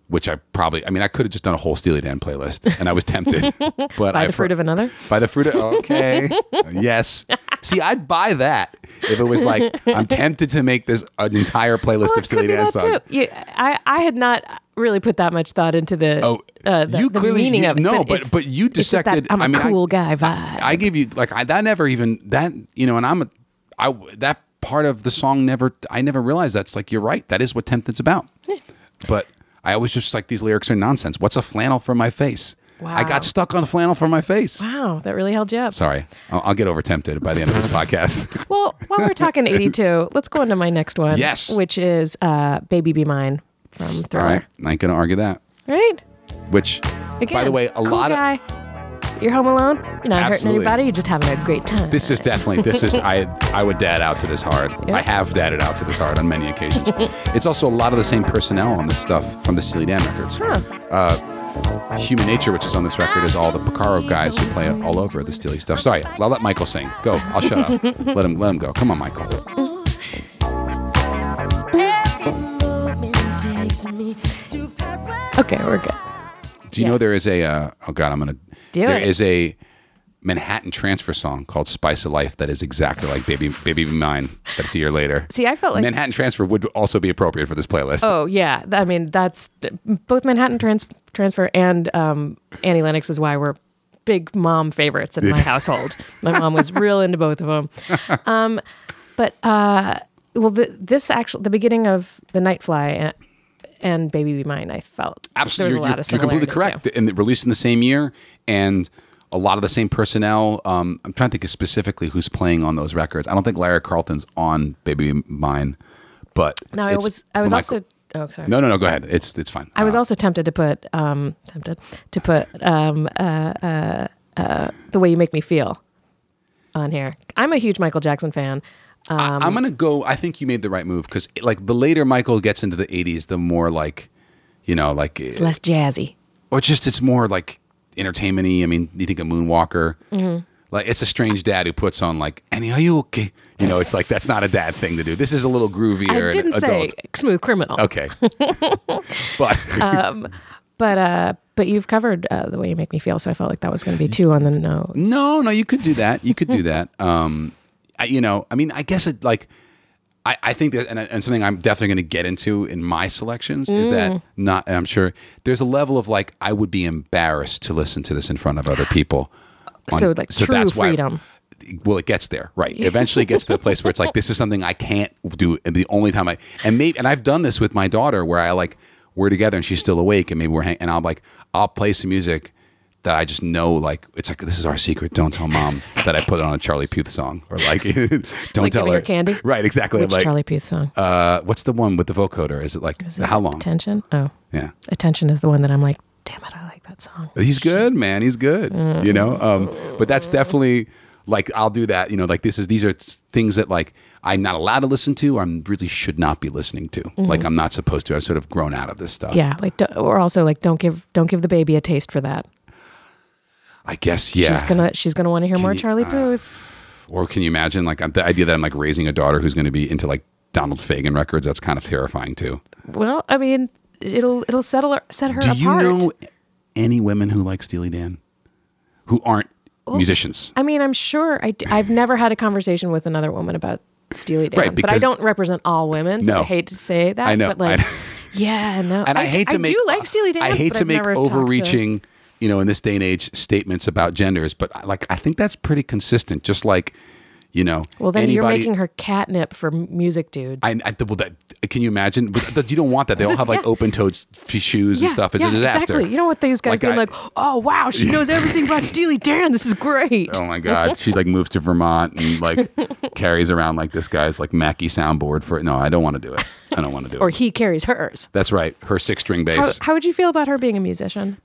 S2: which I probably, I mean, I could have just done a whole Steely Dan playlist, and I was tempted,
S1: [LAUGHS]
S2: but
S1: By
S2: I
S1: the fruit of another.
S2: By the fruit of okay, yes. See, I'd buy that if it was like I'm tempted to make this an entire playlist
S1: Well,
S2: of
S1: it could
S2: Steely
S1: be
S2: Dan
S1: that
S2: songs.
S1: too. Yeah, I, I had not really put that much thought into the
S2: Oh,
S1: uh, the,
S2: you
S1: the
S2: clearly-
S1: meaning
S2: you-
S1: of it.
S2: no, but-
S1: it's-
S2: but you
S1: it's just that
S2: dissected-
S1: I'm a
S2: I mean, I-
S1: cool guy vibe.
S2: I give you like I that never even that you know, and I'm a I that part of the song never I never realized that's like you're right. That is what tempted's about. But I always just like these lyrics are nonsense. What's a flannel for my face? I
S1: Wow.
S2: got stuck on flannel for my face.
S1: wow, that really held you up.
S2: Sorry, I'll, I'll get over tempted by the end of this
S1: [LAUGHS]
S2: podcast.
S1: Well, while we're
S2: [LAUGHS]
S1: talking 82, let's go into my next one.
S2: Yes.
S1: Which is uh, Baby Be Mine from
S2: All
S1: Thriller.
S2: right, I ain't gonna argue that.
S1: Right?
S2: Which,
S1: Again,
S2: by the way, a
S1: cool
S2: lot of
S1: guy. You're home alone. You're not
S2: Absolutely.
S1: hurting anybody. You're just having a great time.
S2: This is definitely this is I I would dad out to this hard.
S1: Yeah.
S2: I have dadded out to this hard on many
S1: [LAUGHS]
S2: occasions. it's also a lot of the same personnel on this stuff from the Steely Dan records.
S1: Huh.
S2: Human Nature, which is on this record, is all the Picaro guys who play it all over the Steely stuff. Sorry, I'll let Michael sing. Go, I'll shut up.
S1: [LAUGHS]
S2: let him let him go. Come on, Michael.
S1: Okay, we're good.
S2: Do you
S1: Yeah.
S2: know there is a uh, oh god I'm gonna
S1: Do
S2: there
S1: it.
S2: is a Manhattan transfer song called "Spice of Life" that is exactly like "Baby Baby Be Mine." That's a year later.
S1: See, I felt like-
S2: Manhattan transfer would also be appropriate for this playlist.
S1: Oh yeah, Th- I mean that's both Manhattan trans- Transfer and um, Annie Lennox is why we're big mom favorites
S2: [LAUGHS]
S1: in my household. My mom was real into both of them. Um, but uh, well, the, this actually the beginning of the Nightfly and, and Baby Be Mine, I felt
S2: Absolutely,
S1: There was a
S2: you're,
S1: lot of
S2: you're completely
S1: similarity,
S2: correct.
S1: too.
S2: And it released in the same year, and a lot of the same personnel. Um, I'm trying to think of specifically who's playing on those records. I don't think Larry Carlton's on Baby Mine, but
S1: No, I
S2: it's
S1: was I was
S2: Michael-
S1: also oh sorry.
S2: No, no, no. Go ahead. It's it's fine.
S1: I was
S2: Uh,
S1: also tempted to put um, tempted to put um, uh, uh, uh, the way you make me feel on here. I'm a huge Michael Jackson fan.
S2: I,
S1: um,
S2: am gonna go. I think you made the right move because like the later Michael gets into the 80s, the more like, you know, like
S1: It's less jazzy.
S2: or just it's more like entertainment-y. I mean, you think of Moonwalker.
S1: Mm-hmm.
S2: Like it's a strange dad who puts on like, Annie, are you okay? You know, it's like that's not a dad thing to do. This is a little groovier
S1: I didn't
S2: and
S1: say
S2: adult.
S1: smooth criminal, [LAUGHS]
S2: Okay. but
S1: Uh, but uh, but you've covered uh, the way you make me feel, so I felt like that was going to be two on the nose.
S2: [LAUGHS] no, no, you could do that. You could do that. Um, I, you know, I mean, I guess it like, I, I think that, and, and something I'm definitely going to get into in my selections is
S1: Mm.
S2: that not, I'm sure there's a level of like, I would be embarrassed to listen to this in front of other people. on-
S1: So, like, true
S2: why-
S1: freedom.
S2: well, it gets there, right? Eventually, it gets to a place where it's like, this is something I can't do. And the only time I and maybe and I've done this with my daughter, where I like we're together and she's still awake, and maybe we're hang- and I'm like, I'll play some music that I just know, like it's like this is our secret. Don't tell mom that I put on a Charlie Puth song, or like [LAUGHS] don't tell
S1: giving
S2: her
S1: her candy?
S2: right? Exactly.
S1: Which
S2: like,
S1: Charlie Puth song?
S2: uh, what's the one with the vocoder? Is it like
S1: Is it
S2: Uh, how long?
S1: Attention. Oh,
S2: Yeah.
S1: attention is the one that I'm like, damn it, I like that song.
S2: He's good, man. He's good. You
S1: Mm.
S2: know, um, but that's definitely like I'll do that. You know, like this is these are s- things that like I'm not allowed to listen to. Or I'm really should not be listening to. Like I'm not supposed to. I've sort of grown out of this stuff.
S1: Mm-hmm. Yeah, like, do- or also like, don't give, don't give the baby a taste for that.
S2: I guess. Yeah.
S1: She's gonna, she's gonna want to hear more
S2: you-
S1: Charlie
S2: uh,
S1: Puth.
S2: Or can you imagine like the idea that I'm like raising a daughter who's going to be into like Donald Fagen records? That's kind of terrifying too.
S1: Well, I mean, it'll, it'll settle her, set her
S2: do
S1: apart.
S2: you know any women who like Steely Dan who aren't musicians?
S1: I mean, I'm sure I d- I've never had a conversation with another woman about Steely Dan,
S2: Right,
S1: but I
S2: because-
S1: don't represent all women. So
S2: No.
S1: I hate to say that.
S2: I know,
S1: But like,
S2: I know.
S1: [LAUGHS] yeah, no.
S2: and I,
S1: d-
S2: hate to make
S1: I do like Steely Dan.
S2: I hate
S1: but
S2: to
S1: I've
S2: make
S1: never talked to-
S2: overreaching, you know, in this day and age, statements about genders. But I- like, I think that's pretty consistent. Just like, you know,
S1: well, then
S2: anybody.
S1: you're making her catnip for m- music dudes.
S2: I, I, well, that, can you imagine? But that- you don't want that. They all have like
S1: [LAUGHS] Yeah.
S2: open-toed f- shoes and stuff. It's a disaster.
S1: Exactly. You don't want these guys
S2: Like,
S1: being
S2: I-
S1: like, "Oh wow,
S2: [LAUGHS]
S1: she knows everything about Steely Dan. This is great."
S2: Oh my God! She like moves to Vermont
S1: [LAUGHS]
S2: and like carries around like this guy's like Mackie soundboard for no. I don't want to do it. I don't want to do
S1: Or
S2: it.
S1: he carries hers.
S2: That's right. Her six-string
S1: How,
S2: bass.
S1: how would you feel about her being a musician?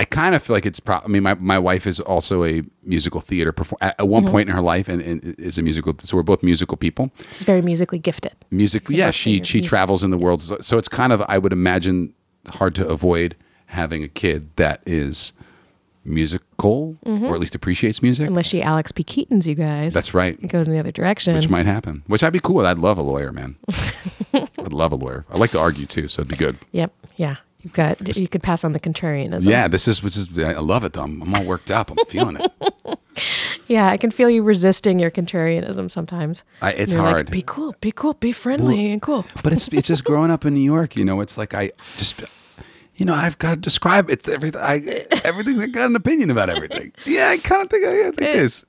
S2: I kind of feel like it's probably. I mean, my, my wife is also a musical theater perform at, at one
S1: Mm-hmm.
S2: point in her life, and, and is a musical. So we're both musical people.
S1: She's very musically gifted.
S2: Musically, yeah,
S1: both
S2: she
S1: singers,
S2: she
S1: music.
S2: travels in the world, so- so it's kind of I would imagine hard to avoid having a kid that is musical or at least appreciates music.
S1: Mm-hmm. Unless she Alex P. Keaton's, you guys.
S2: That's right.
S1: It goes in the other direction.
S2: Which might happen. Which I'd be cool with. I'd love a
S1: [LAUGHS]
S2: lawyer, man. I'd love a lawyer. I like to argue too, so it'd be good.
S1: Yep. Yeah. You've got. You could pass on the contrarianism.
S2: Yeah, this is this is. I love it though. I'm, I'm all worked up. I'm feeling it.
S1: Yeah. I can feel you resisting your contrarianism sometimes.
S2: I- it's
S1: And you're like,
S2: hard.
S1: be cool. Be cool. Be friendly
S2: Well-
S1: and cool.
S2: but it's it's just growing up in New York. You know, it's like I just, you know, I've got to describe it. Everything I everything I got an opinion about
S1: [LAUGHS]
S2: everything. Yeah, I kind of think I, I think this.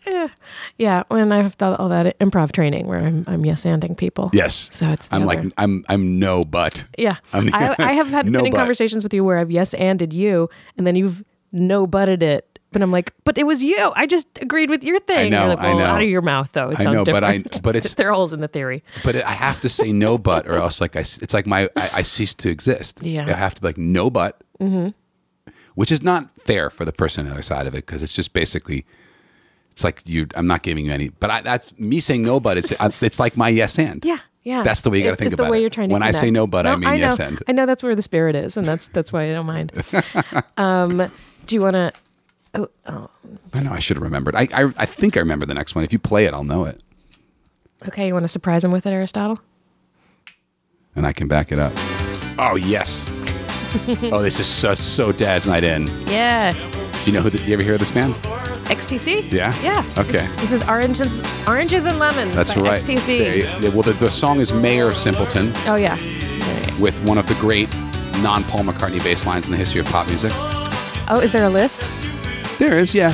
S1: Yeah. When I have done all that improv training where I'm I'm yes anding people.
S2: Yes.
S1: So it's. the
S2: I'm
S1: other-
S2: like I'm I'm no but.
S1: Yeah.
S2: I'm the-
S1: I, I have had
S2: [LAUGHS] No
S1: many
S2: but.
S1: conversations with you where I've yes anded you and then you've no butted it. But I'm like, but it was you. I just agreed with your thing. And you're
S2: know,
S1: like,
S2: I
S1: well,
S2: know.
S1: out of your mouth though. It
S2: I
S1: sounds
S2: know, but I-
S1: different.
S2: but
S1: [LAUGHS]
S2: it's-
S1: there are holes in the theory.
S2: But I have to say no but, or else like I s- it's like my I, I cease to exist.
S1: Yeah.
S2: I have to be like no but, mm-hmm. which is not fair for the person on the other side of it because it's just basically. It's like you. I'm not giving you any, but I, that's me saying no.
S1: [LAUGHS]
S2: But it's it's like my yes and.
S1: Yeah, yeah.
S2: That's the way you gotta
S1: It's-
S2: think
S1: it's
S2: about
S1: the way
S2: it.
S1: You're trying to
S2: When I say
S1: connect.
S2: no, but I mean
S1: know,
S2: yes and.
S1: I know that's where the spirit is, and that's that's why I don't
S2: [LAUGHS]
S1: mind. um, do you want to?
S2: I know I should have remembered. I, I I think I remember the next one. If you play it, I'll know it,
S1: Okay, you want to surprise him with it, Aristotle?
S2: and I can back it up. Oh yes. oh, this is so so Dad's Night In. Do
S1: Yeah,
S2: you know who? The, do you ever hear of this band?
S1: XTC.
S2: Yeah?
S1: yeah.
S2: Okay.
S1: This, this is oranges, oranges and lemons.
S2: That's
S1: by
S2: right.
S1: XTC.
S2: They- they- well, the, the song is Mayor Simpleton
S1: Oh yeah.
S2: with one of the great non Paul McCartney bass lines in the history of pop music.
S1: Oh, is there a list?
S2: There is, yeah.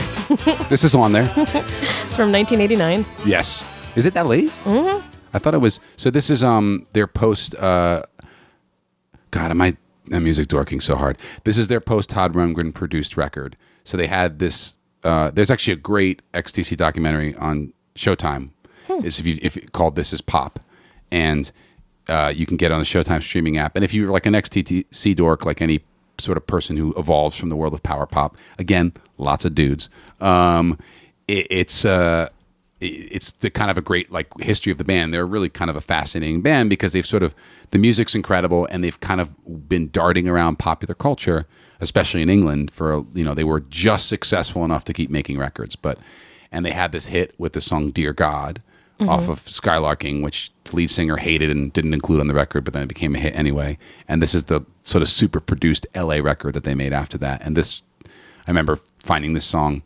S2: this is on there.
S1: It's from
S2: [LAUGHS]
S1: 1989.
S2: Yes. Is it that late? Mm-hmm. I thought it was. So this is um their post. Uh, God, am I am music dorking so hard? This is their post Todd Rundgren produced record. So they had this. Uh, there's actually a great XTC documentary on Showtime. Is if you if it called This Is Pop, and uh, you can get it on the Showtime streaming app. And if you're like an XTC dork, like any sort of person who evolves from the world of power pop, again, lots of dudes. Um, it, it's uh, it- it's the kind of a great like history of the band. They're really kind of a fascinating band because they've sort of the music's incredible and they've kind of been darting around popular culture, especially in England for you know they were just successful enough to keep making records, but and they had this hit with the song "Dear God" off of "Skylarking," which the lead singer hated and didn't include on the record, but then it became a hit anyway. And this is the sort of super produced LA record that they made after that. And this, I remember finding this song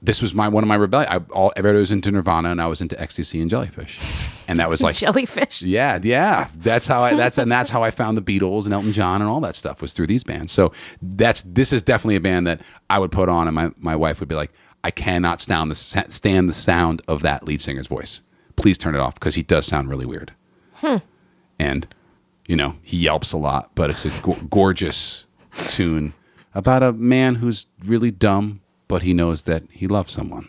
S2: this was my one of my rebellion. I all everybody was into Nirvana and I was into ecstasy and jellyfish, and that was
S1: [LAUGHS]
S2: like
S1: Jellyfish.
S2: yeah, yeah. That's how I that's and that's how I found the Beatles and Elton John and all that stuff was through these bands. So that's this is definitely a band that I would put on and my, my wife would be like, I cannot stand the sa- stand the sound of that lead singer's voice. Please turn it off because he does sound really weird. And you know he yelps a lot, but it's a go- gorgeous tune about a man who's really dumb, but he knows that he loves someone.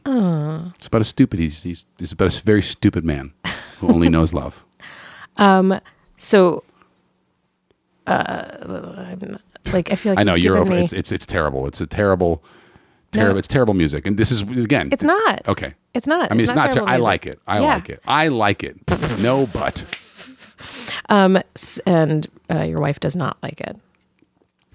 S2: It's about a stupid. He's, he's he's about a very stupid man who only knows love.
S1: So, uh, I'm, like I feel like
S2: I know
S1: you've
S2: you're
S1: given
S2: over.
S1: me-
S2: It's it's it's terrible. It's a terrible, terrible. It's terrible music. And this is again.
S1: It's not.
S2: Okay.
S1: It's not.
S2: I mean,
S1: It's
S2: it's,
S1: not
S2: not. Ter-
S1: terrible
S2: I
S1: music.
S2: like it. I
S1: Yeah.
S2: like it. I like it. no, but
S1: Um, S- and uh, your wife does not like it.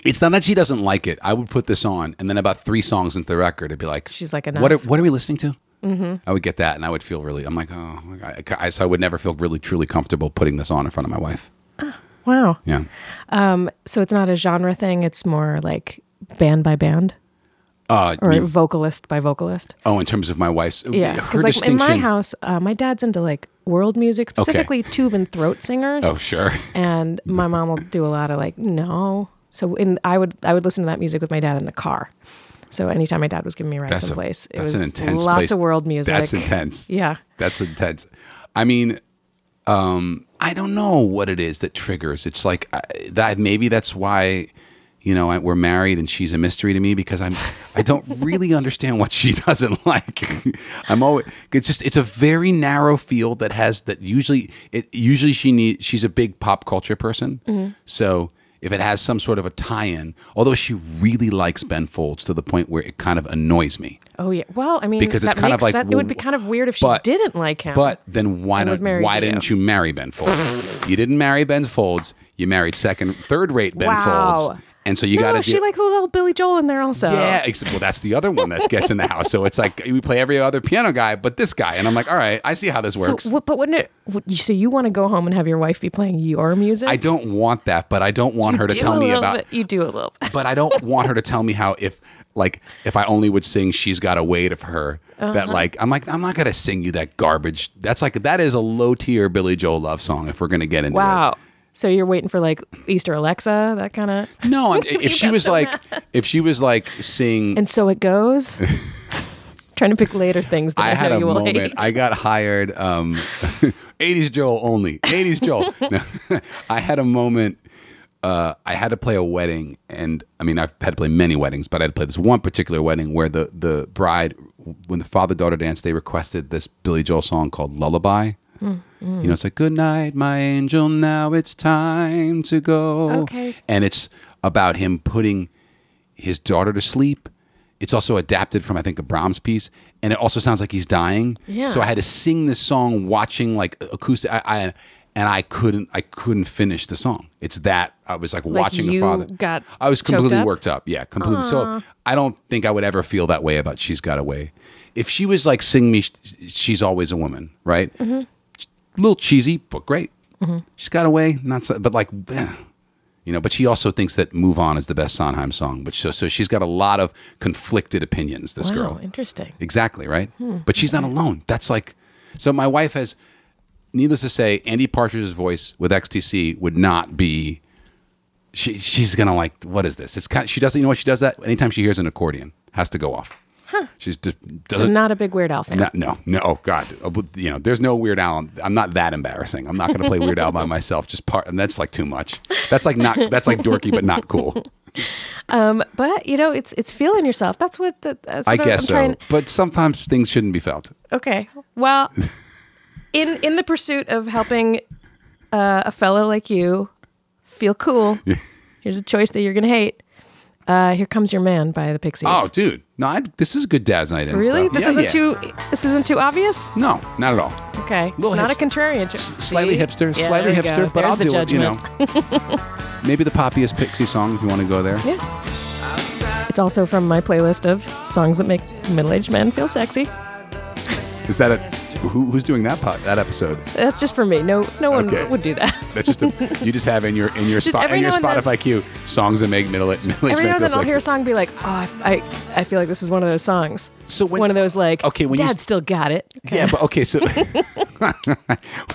S2: it's not that she doesn't like it. I would put this on, and then about three songs into the record, it'd be like,
S1: She's like,
S2: What are,
S1: "Enough."
S2: what are we listening to? Mm-hmm. I would get that, and I would feel really. I'm like, oh, my God." I, I, so I would never feel really truly comfortable putting this on in front of my wife.
S1: Wow.
S2: Yeah.
S1: So it's not a genre thing. It's more like band by band
S2: Uh,
S1: or
S2: you-
S1: vocalist by vocalist.
S2: oh, in terms of my wife's,
S1: Yeah.
S2: her
S1: Because like in my
S2: distinction-
S1: house, uh, my dad's into like world music, specifically tube and throat singers.
S2: Oh, sure. [LAUGHS]
S1: and my mom will do a lot of like no so in i would i would listen to that music with my dad in the car so anytime my dad was giving me a ride
S2: That's a-
S1: someplace it
S2: that's
S1: was
S2: an intense
S1: lots
S2: place.
S1: of world music
S2: That's intense.
S1: yeah
S2: That's intense. I mean, um, I don't know what it is that triggers. It's like I, that. Maybe that's why, you know, I, we're married and she's a mystery to me because I'm. I don't really understand what she [LAUGHS] doesn't like. I'm always. It's just. It's a very narrow field that has that. Usually, it usually she needs. She's a big pop culture person, so. If it has some sort of a tie-in, although she really likes Ben Folds to the point where it kind of annoys me
S1: oh yeah well i mean
S2: because
S1: that
S2: it's kind of
S1: makes
S2: like
S1: sense. it
S2: well,
S1: would be kind of weird if she
S2: but-
S1: didn't like him
S2: But then why
S1: and was
S2: don't
S1: married
S2: why
S1: to
S2: didn't you marry Ben Folds? you didn't marry Ben Folds. You married second, third rate Ben
S1: Wow.
S2: Folds, and so you
S1: no,
S2: got to.
S1: she likes a little billy joel in there also
S2: Yeah, except, well, that's the other one that gets in the house. So it's like we play every other piano guy, but this guy, and I'm like, all right, I see how this
S1: so,
S2: works.
S1: what- but wouldn't it? would you- So you want to go home and have your wife be playing your music?
S2: I don't want that, but I don't want her to
S1: Do
S2: tell
S1: a
S2: me
S1: little
S2: about.
S1: bit- you do a little.
S2: [LAUGHS]
S1: bit.
S2: But I don't want her to tell me how if like if I only would sing she's got a weight of her that like I'm like I'm not gonna sing you that garbage. That's like that is a low tier Billy Joel love song if we're gonna get into it.
S1: Wow. So you're waiting for like Easter Alexa, that kind of.
S2: No, I'm- if she was like, if she was like sing,
S1: And so it
S2: [LAUGHS]
S1: goes. Trying to pick later things that I,
S2: I had
S1: know
S2: a
S1: you will
S2: moment.
S1: hate.
S2: I got hired. Um, [LAUGHS] 80s Joel only. 80s Joel. No, [LAUGHS] I had a moment. Uh, I had to play a wedding, and I mean, I've had to play many weddings, but I had to play this one particular wedding where the the bride, when the father daughter danced, they requested this Billy Joel song called Lullaby. You know, it's like "Good night, my angel. Now it's time to go."
S1: Okay.
S2: and it's about him putting his daughter to sleep. It's also adapted from I think a Brahms piece, and it also sounds like he's dying.
S1: Yeah.
S2: So I had to sing this song watching like acoustic. I, I and I couldn't I couldn't finish the song. It's that I was like, watching
S1: you
S2: the father.
S1: got
S2: I was
S1: choked
S2: completely
S1: up?
S2: worked up. Yeah, completely. So I don't think I would ever feel that way about she's got away. If she was like sing me, Sh- she's always a woman, right? little cheesy, but great. She's got away, not so, but like, eh, you know. But she also thinks that "Move On" is the best Sondheim song, which so so she's got a lot of conflicted opinions. This
S1: wow,
S2: girl,
S1: interesting.
S2: exactly right. But she's not alone. That's like, so my wife has, needless to say, Andy Partridge's voice with XTC would not be. She, she's gonna like what is this? It's kind. she doesn't. You know what she does that anytime she hears an accordion has to go off. She's just
S1: So
S2: doesn't.
S1: not a big Weird Al fan.
S2: No, no, no. Oh God, Uh, but, you know, there's no Weird Al. I'm not that embarrassing. I'm not going to play Weird
S1: [LAUGHS]
S2: Al by myself. Just part, and that's like too much. That's like not. That's like dorky, but not cool.
S1: But you know, it's it's feeling yourself. That's what the. That's
S2: I
S1: what I'm-
S2: guess
S1: I'm
S2: so.
S1: trying-
S2: But sometimes things shouldn't be felt.
S1: Okay.
S2: [LAUGHS]
S1: Well, in in the pursuit of helping uh, a fellow like you feel cool, here's a choice that you're gonna hate. Uh, Here comes your man by the Pixies.
S2: Oh, dude, no. I, this is good dad's night. and
S1: really?
S2: stuff.
S1: This
S2: Yeah,
S1: isn't
S2: yeah.
S1: too. This isn't too obvious.
S2: No, not at all.
S1: Okay. It's
S2: Little
S1: not a
S2: hipster-
S1: contrarian. cho-
S2: Slightly
S1: See?
S2: hipster,
S1: Yeah,
S2: slightly
S1: there we
S2: hipster,
S1: go.
S2: but
S1: There's
S2: I'll
S1: the
S2: do it. You
S1: judgment.
S2: know,
S1: [LAUGHS]
S2: maybe the poppiest Pixie song if you want to go there.
S1: Yeah. It's also from my playlist of songs that make middle aged men feel sexy.
S2: Is that a who, who's doing that pod, that episode?
S1: That's just for me. No, no one
S2: Okay.
S1: would do that.
S2: That's just a, you just have in your in your
S1: Just
S2: spot
S1: every
S2: in your
S1: now and then-
S2: Spotify queue songs that make middle middle
S1: Every now and then I'll hear a
S2: sexy.
S1: song and be like, oh, I, I, I feel like this is one of those songs.
S2: So when-
S1: one of those like,
S2: Okay, when you
S1: Dad
S2: s-
S1: still got it.
S2: Yeah, but okay, so [LAUGHS]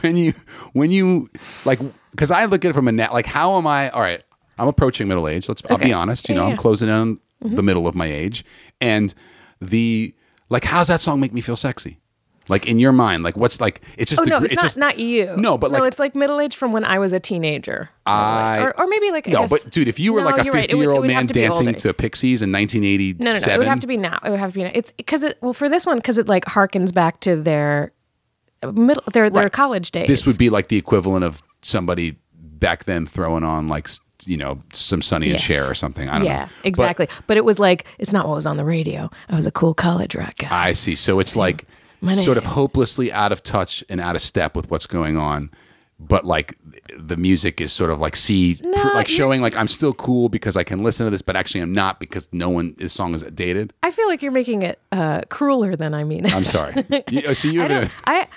S2: when you when you like because I look at it from a net like how am I all right? I'm approaching middle age. Let's I'll be
S1: Okay.
S2: honest. You
S1: Yeah,
S2: know,
S1: yeah. Mm-hmm.
S2: I'm closing in on the middle of my age, and the like. How's that song make me feel sexy? Like in your mind, like what's like? It's just
S1: Oh
S2: the
S1: no,
S2: gr-
S1: it's, not
S2: just,
S1: not you.
S2: No, but
S1: no,
S2: like-
S1: it's like middle age from when I was a teenager.
S2: I-
S1: or, or maybe like I
S2: No,
S1: guess-
S2: but dude, if you were
S1: No,
S2: like a
S1: you're right. It would- it
S2: 50 year old
S1: would have
S2: man
S1: to be
S2: dancing
S1: older.
S2: to Pixies in 1987,
S1: no, no, no, it would have to be now. It would have to be now. It's because it well for this one because it like harkens back to their middle their their
S2: Right.
S1: college days.
S2: This would be like the equivalent of somebody back then throwing on like s- you know some Sonny and
S1: Yes.
S2: Cher or something. I don't know.
S1: yeah,
S2: But
S1: exactly. But, it was like it's not what was on the radio. I was a cool college rock guy.
S2: I see. So it's like
S1: My
S2: sort of
S1: name.
S2: hopelessly out of touch and out of step with what's going on. But like the music is sort of like see, pr-
S1: No,
S2: like
S1: you-
S2: showing like I'm still cool because I can listen to this, but actually I'm not because no one this song is dated.
S1: I feel like you're making it uh, crueler than I mean. [LAUGHS]
S2: I'm sorry. [LAUGHS] you, oh, so you
S1: I
S2: have
S1: don't,
S2: a-
S1: I,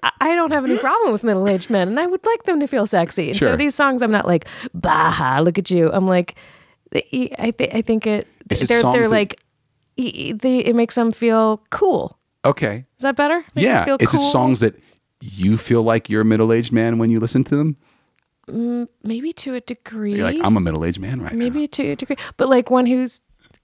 S1: I, I don't have any problem with middle-aged men, and I would like them to feel sexy. And So
S2: Sure.
S1: these songs, I'm not like, "Baha, look at you." I'm like, I, I, thi- I think it.
S2: Is it
S1: they're
S2: songs
S1: they're
S2: that-
S1: like, e- e- they, it makes them feel cool.
S2: okay.
S1: Is that better? Make them
S2: Yeah.
S1: feel
S2: Is
S1: cool?
S2: it songs that you feel like you're a middle aged man when you listen to them?
S1: Maybe to a degree.
S2: You're like, I'm a middle aged man right now.
S1: maybe to a degree, but like one who's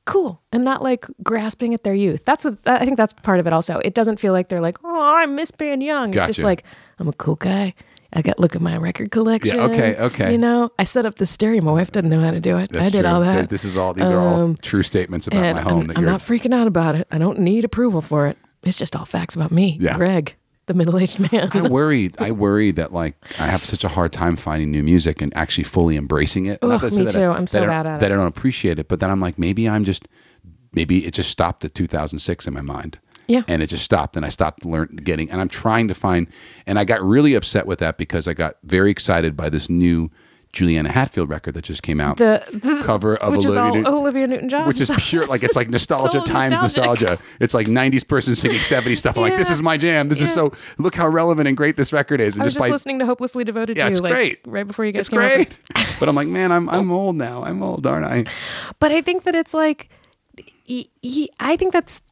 S1: cool and not like grasping at their youth. That's what I think. That's part of it. Also, it doesn't feel like they're like, oh, I miss being young. It's just
S2: Gotcha.
S1: like I'm a cool guy. I got look at my record collection.
S2: okay, okay.
S1: You know, I set up the stereo. My wife doesn't know how to do it.
S2: That's
S1: I did
S2: true.
S1: all
S2: Th-
S1: that.
S2: This is all. These are all
S1: Um,
S2: true statements about
S1: and
S2: my home.
S1: I'm,
S2: that
S1: I'm
S2: you're
S1: not freaking out about it. I don't need approval for it. It's just all facts about me,
S2: Yeah.
S1: Greg, the middle-aged man.
S2: I worry. I worry that like I have such a hard time finding new music and actually fully embracing it.
S1: Ugh,
S2: that I say
S1: me
S2: that
S1: too.
S2: I,
S1: I'm so
S2: that I-
S1: bad at
S2: that
S1: it.
S2: I don't appreciate it. But then I'm like, maybe I'm just, maybe it just stopped at 2006 in my mind.
S1: Yeah.
S2: And it just stopped, and I stopped learn getting. And I'm trying to find, and I got really upset with that because I got very excited by this new Juliana Hatfield record that just came out.
S1: [LAUGHS] The-
S2: cover of
S1: which is
S2: Olivia
S1: all
S2: Newton-
S1: Olivia Newton-John.
S2: which is
S1: So
S2: pure like it's like nostalgia
S1: [LAUGHS] so
S2: times
S1: nostalgic.
S2: nostalgia. It's like '90s person singing '70s stuff. I'm like, this
S1: Yeah.
S2: is my jam. This is
S1: Yeah.
S2: so look how relevant and great this record is. And
S1: I was just
S2: by-
S1: listening to Hopelessly Devoted
S2: Yeah,
S1: to
S2: it's
S1: you, like
S2: great.
S1: right before you guys
S2: it's
S1: came over.
S2: great. but I'm like, man,
S1: [LAUGHS]
S2: I'm I'm old now. I'm old, aren't I?
S1: But I think that it's like, y- y- I think that's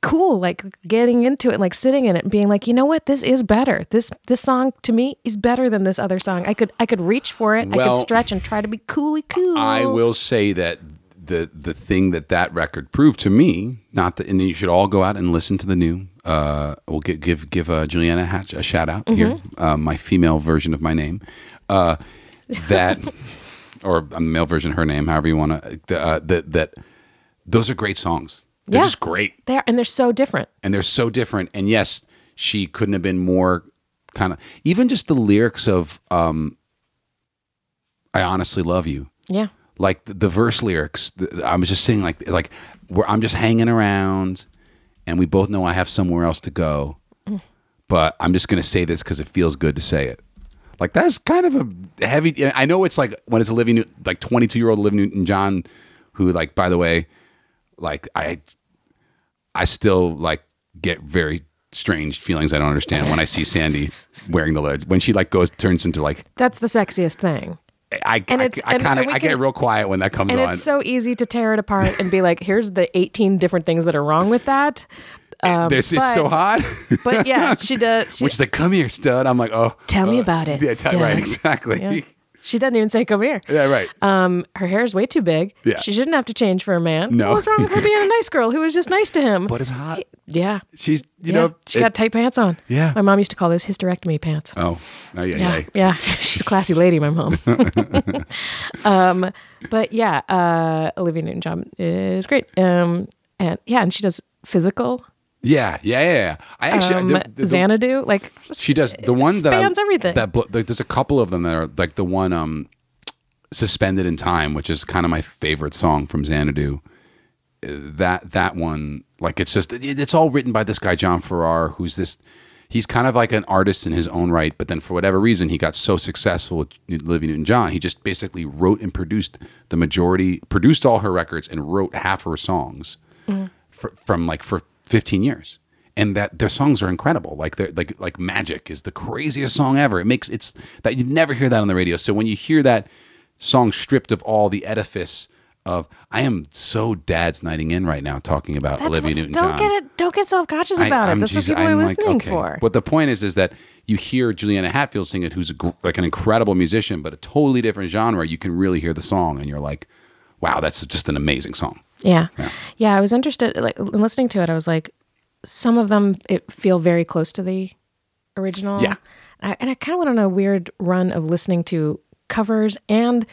S1: cool. Like getting into it, and like sitting in it, and being like, you know what, this is better. This this song to me is better than this other song. I could I could reach for it. I
S2: Well,
S1: could stretch and try to be coolly cool.
S2: I will say that the the thing that that record proved to me, not that, and you should all go out and listen to the new. Uh, we'll give give give uh, Juliana Hatch a shout out here, uh, my female version of my name. Uh, that or a male version of her name, however you want to. Uh, that that those are great songs. They're
S1: Yeah.
S2: just great
S1: They are, and they're so different.
S2: and they're so different. And yes, she couldn't have been more kind of even just the lyrics of um, "I honestly love you."
S1: Yeah.
S2: like the, the verse lyrics the, i was just saying like like where i'm just hanging around and we both know i have somewhere else to go
S1: Mm.
S2: but i'm just going to say this because it feels good to say it like that's kind of a heavy i know it's like when it's a living like 22 year old living newton john who like by the way like i i still like get very strange feelings i don't understand when i see
S1: [LAUGHS]
S2: sandy wearing the ledge when she like goes turns into like
S1: That's the sexiest thing.
S2: i
S1: And
S2: i,
S1: it's-
S2: I
S1: and-
S2: kind of
S1: and we
S2: i get
S1: can-
S2: real quiet when that comes
S1: And
S2: on
S1: it's so easy to tear it apart and be like, here's the 18 different things that are wrong with that. Um,
S2: This it's so
S1: but-
S2: hot. [LAUGHS]
S1: But yeah, she does. She,
S2: Which is like, come here, stud. I'm like, oh,
S1: Tell me about it,
S2: Yeah, tell- right,
S1: stud.
S2: exactly. Yeah, [LAUGHS]
S1: yeah. she doesn't even say, come here.
S2: right.
S1: Um, her hair is way too big.
S2: Yeah.
S1: She shouldn't have to change for a man.
S2: No.
S1: What was wrong with her being a nice girl who was just nice to him?
S2: but it's hot.
S1: yeah.
S2: She's, you
S1: yeah.
S2: know,
S1: she
S2: it-
S1: got tight pants on.
S2: Yeah.
S1: My mom used to call those hysterectomy pants.
S2: Oh, oh yeah,
S1: yeah.
S2: yeah.
S1: Yeah. [LAUGHS] She's a classy lady, my
S2: [LAUGHS]
S1: mom. um, but yeah, uh, Olivia Newton John is great. Um, and yeah, and she does physical
S2: Yeah, yeah, yeah. yeah. I actually,
S1: um,
S2: the- the- the-
S1: Xanadu. Like,
S2: she does the one that
S1: spans
S2: I,
S1: everything.
S2: That blo- there- there's a couple of them that are like the one, um, suspended in time, which is kind of my favorite song from Xanadu. Uh, That that one, like it's just it- it's all written by this guy John Farrar, who's this. He's kind of like an artist in his own right, but then for whatever reason, he got so successful with Olivia Newton-John, he just basically wrote and produced the majority, produced all her records, and wrote half her songs fr- from like for 15 years. and that their songs are incredible. Like they're like like Magic is the craziest song ever. It makes it's that you never hear that on the radio. So when you hear that song stripped of all the edifice of I am so dad's nighting in right now talking about
S1: That's
S2: Olivia
S1: what's-
S2: Newton
S1: don't
S2: John.
S1: get it. Don't get self conscious about it.
S2: I'm
S1: That's what
S2: Jesus-
S1: people
S2: I'm
S1: are
S2: like,
S1: listening
S2: okay.
S1: for.
S2: But the point is, is that you hear Juliana Hatfield sing it, who's a, gr- like an incredible musician, but a totally different genre. You can really hear the song, and you're like, wow, that's just an amazing song.
S1: Yeah. yeah. I was interested like in listening to it. I was like some of them it feel very close to the original.
S2: Yeah.
S1: I, and I kind of went on a weird run of listening to covers and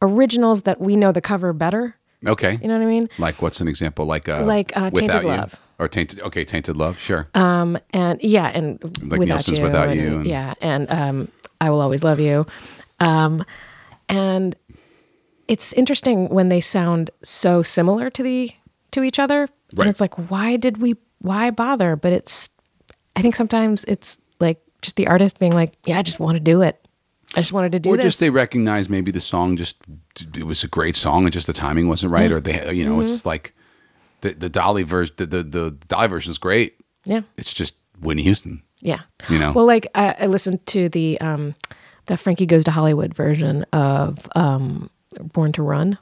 S1: originals that we know the cover better.
S2: Okay.
S1: You know what I mean?
S2: like what's an example? Like uh,
S1: Like, uh, Tainted
S2: Without You?
S1: Love.
S2: or tainted. Okay, tainted love. Sure.
S1: Um and yeah, and
S2: Like
S1: without
S2: Nielsen's
S1: you,
S2: Without
S1: and-
S2: You and-
S1: yeah, and um I will always love you. Um and it's interesting when they sound so similar to the to each other
S2: Right.
S1: and it's like why did we why bother but it's i think sometimes it's like just the artist being like yeah i just want to do it i just wanted to do
S2: or
S1: this
S2: just they recognize maybe the song just it was a great song and just the timing wasn't right,
S1: Mm-hmm.
S2: or they you know it's like the the Dolly version the, the the Dolly version's great.
S1: yeah
S2: It's just Whitney Houston.
S1: yeah
S2: You know.
S1: well like I, I listened to the um the frankie goes to hollywood version of um born to run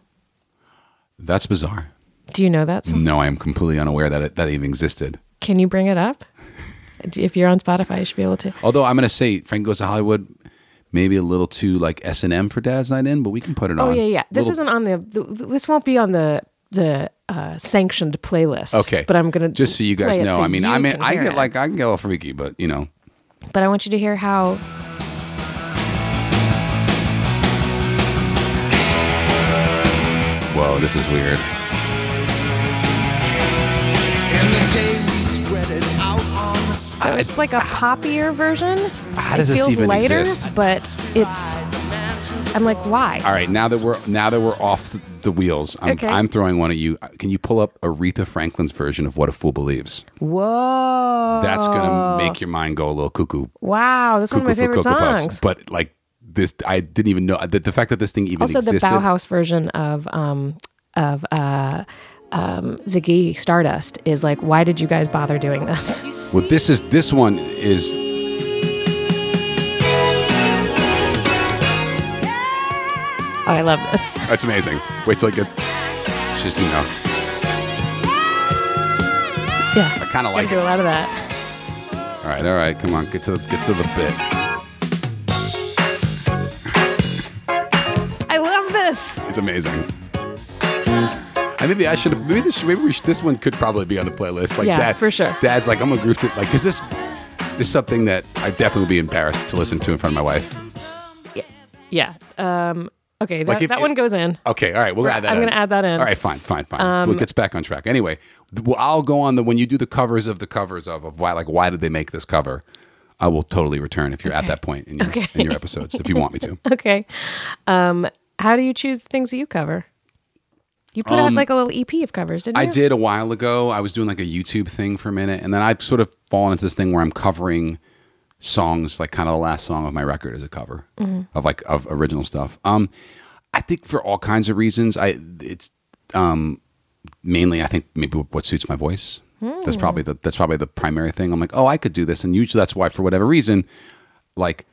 S2: That's bizarre.
S1: do you know that song?
S2: No, I am completely unaware that it, that even existed.
S1: can you bring it up if you're on spotify you should be able to
S2: Although I'm gonna say Frank Goes to Hollywood, maybe a little too like S and M for Dad's Night In, but we can put it
S1: Oh
S2: on.
S1: yeah, yeah. This
S2: Little-
S1: isn't on the. th- th- This won't be on the the uh, sanctioned playlist.
S2: Okay,
S1: but I'm gonna
S2: just so you guys
S1: play it
S2: know.
S1: so
S2: I mean,
S1: you
S2: I mean,
S1: can
S2: I
S1: hear
S2: get
S1: it.
S2: like I can get a little freaky, but you know,
S1: But I want you to hear how.
S2: whoa, this is weird.
S3: And the day we spread it out on the sun.
S1: So it's like a poppier version.
S2: How does
S1: it
S2: this
S1: feels
S2: even
S1: lighter,
S2: exist?
S1: but it's. I'm like, why?
S2: All right, now that we're now that we're off the, the wheels, I'm,
S1: Okay.
S2: I'm throwing one at you. Can you pull up Aretha Franklin's version of "What a Fool Believes"?
S1: Whoa.
S2: That's gonna make your mind go a little cuckoo.
S1: Wow, that's Oh. one of
S2: cuckoo
S1: my
S2: for
S1: favorite
S2: Cocoa Puffs.
S1: songs.
S2: But like this, I didn't even know the, the fact that this thing even
S1: also, the
S2: existed.
S1: Bauhaus version of um of uh um Ziggy Stardust is like, why did you guys bother doing this?
S2: Well, this is this one is.
S1: Oh, I love this.
S2: That's amazing. Wait till it gets. It's just you know,
S1: Yeah.
S2: I kind of
S1: I
S2: like
S1: do
S2: it.
S1: a lot of that.
S2: All right, all right, come on, get to the, get to the bit.
S1: I love this.
S2: It's amazing. And maybe I should. Maybe this. Maybe we should, this one could probably be on the playlist. Like
S1: Yeah,
S2: that
S1: for sure.
S2: Dad's like, I'm gonna group it. Like, is this? This is something that I definitely would be embarrassed to listen to in front of my wife.
S1: Yeah. Um, okay. That,
S2: Like if
S1: that
S2: it-
S1: one goes in. [LAUGHS]
S2: Okay, all right, we'll add that.
S1: I'm
S2: in.
S1: gonna add that in. Um,
S2: All right, fine, fine, fine. well, it gets back on track. Anyway, th- well, I'll go on the when you do the covers of the covers of, of why like why did they make this cover. I will totally return if you're at
S1: Okay.
S2: that point in your,
S1: Okay.
S2: in your episodes if you want
S1: [LAUGHS]
S2: me to.
S1: Okay. Um, how do you choose the things that you cover? You put out like a little EP of covers, didn't
S2: Um, I
S1: you?
S2: did a while ago. I was doing like a YouTube thing for a minute, and then I've sort of fallen into this thing where I'm covering songs, like kind of the last song of my record is a cover
S1: Mm-hmm.
S2: of like of original stuff. Um, I think for all kinds of reasons, I it's um mainly I think maybe what suits my voice. That's
S1: Hmm.
S2: probably the that's probably the primary thing. I'm like, oh, I could do this, and usually that's why for whatever reason, like.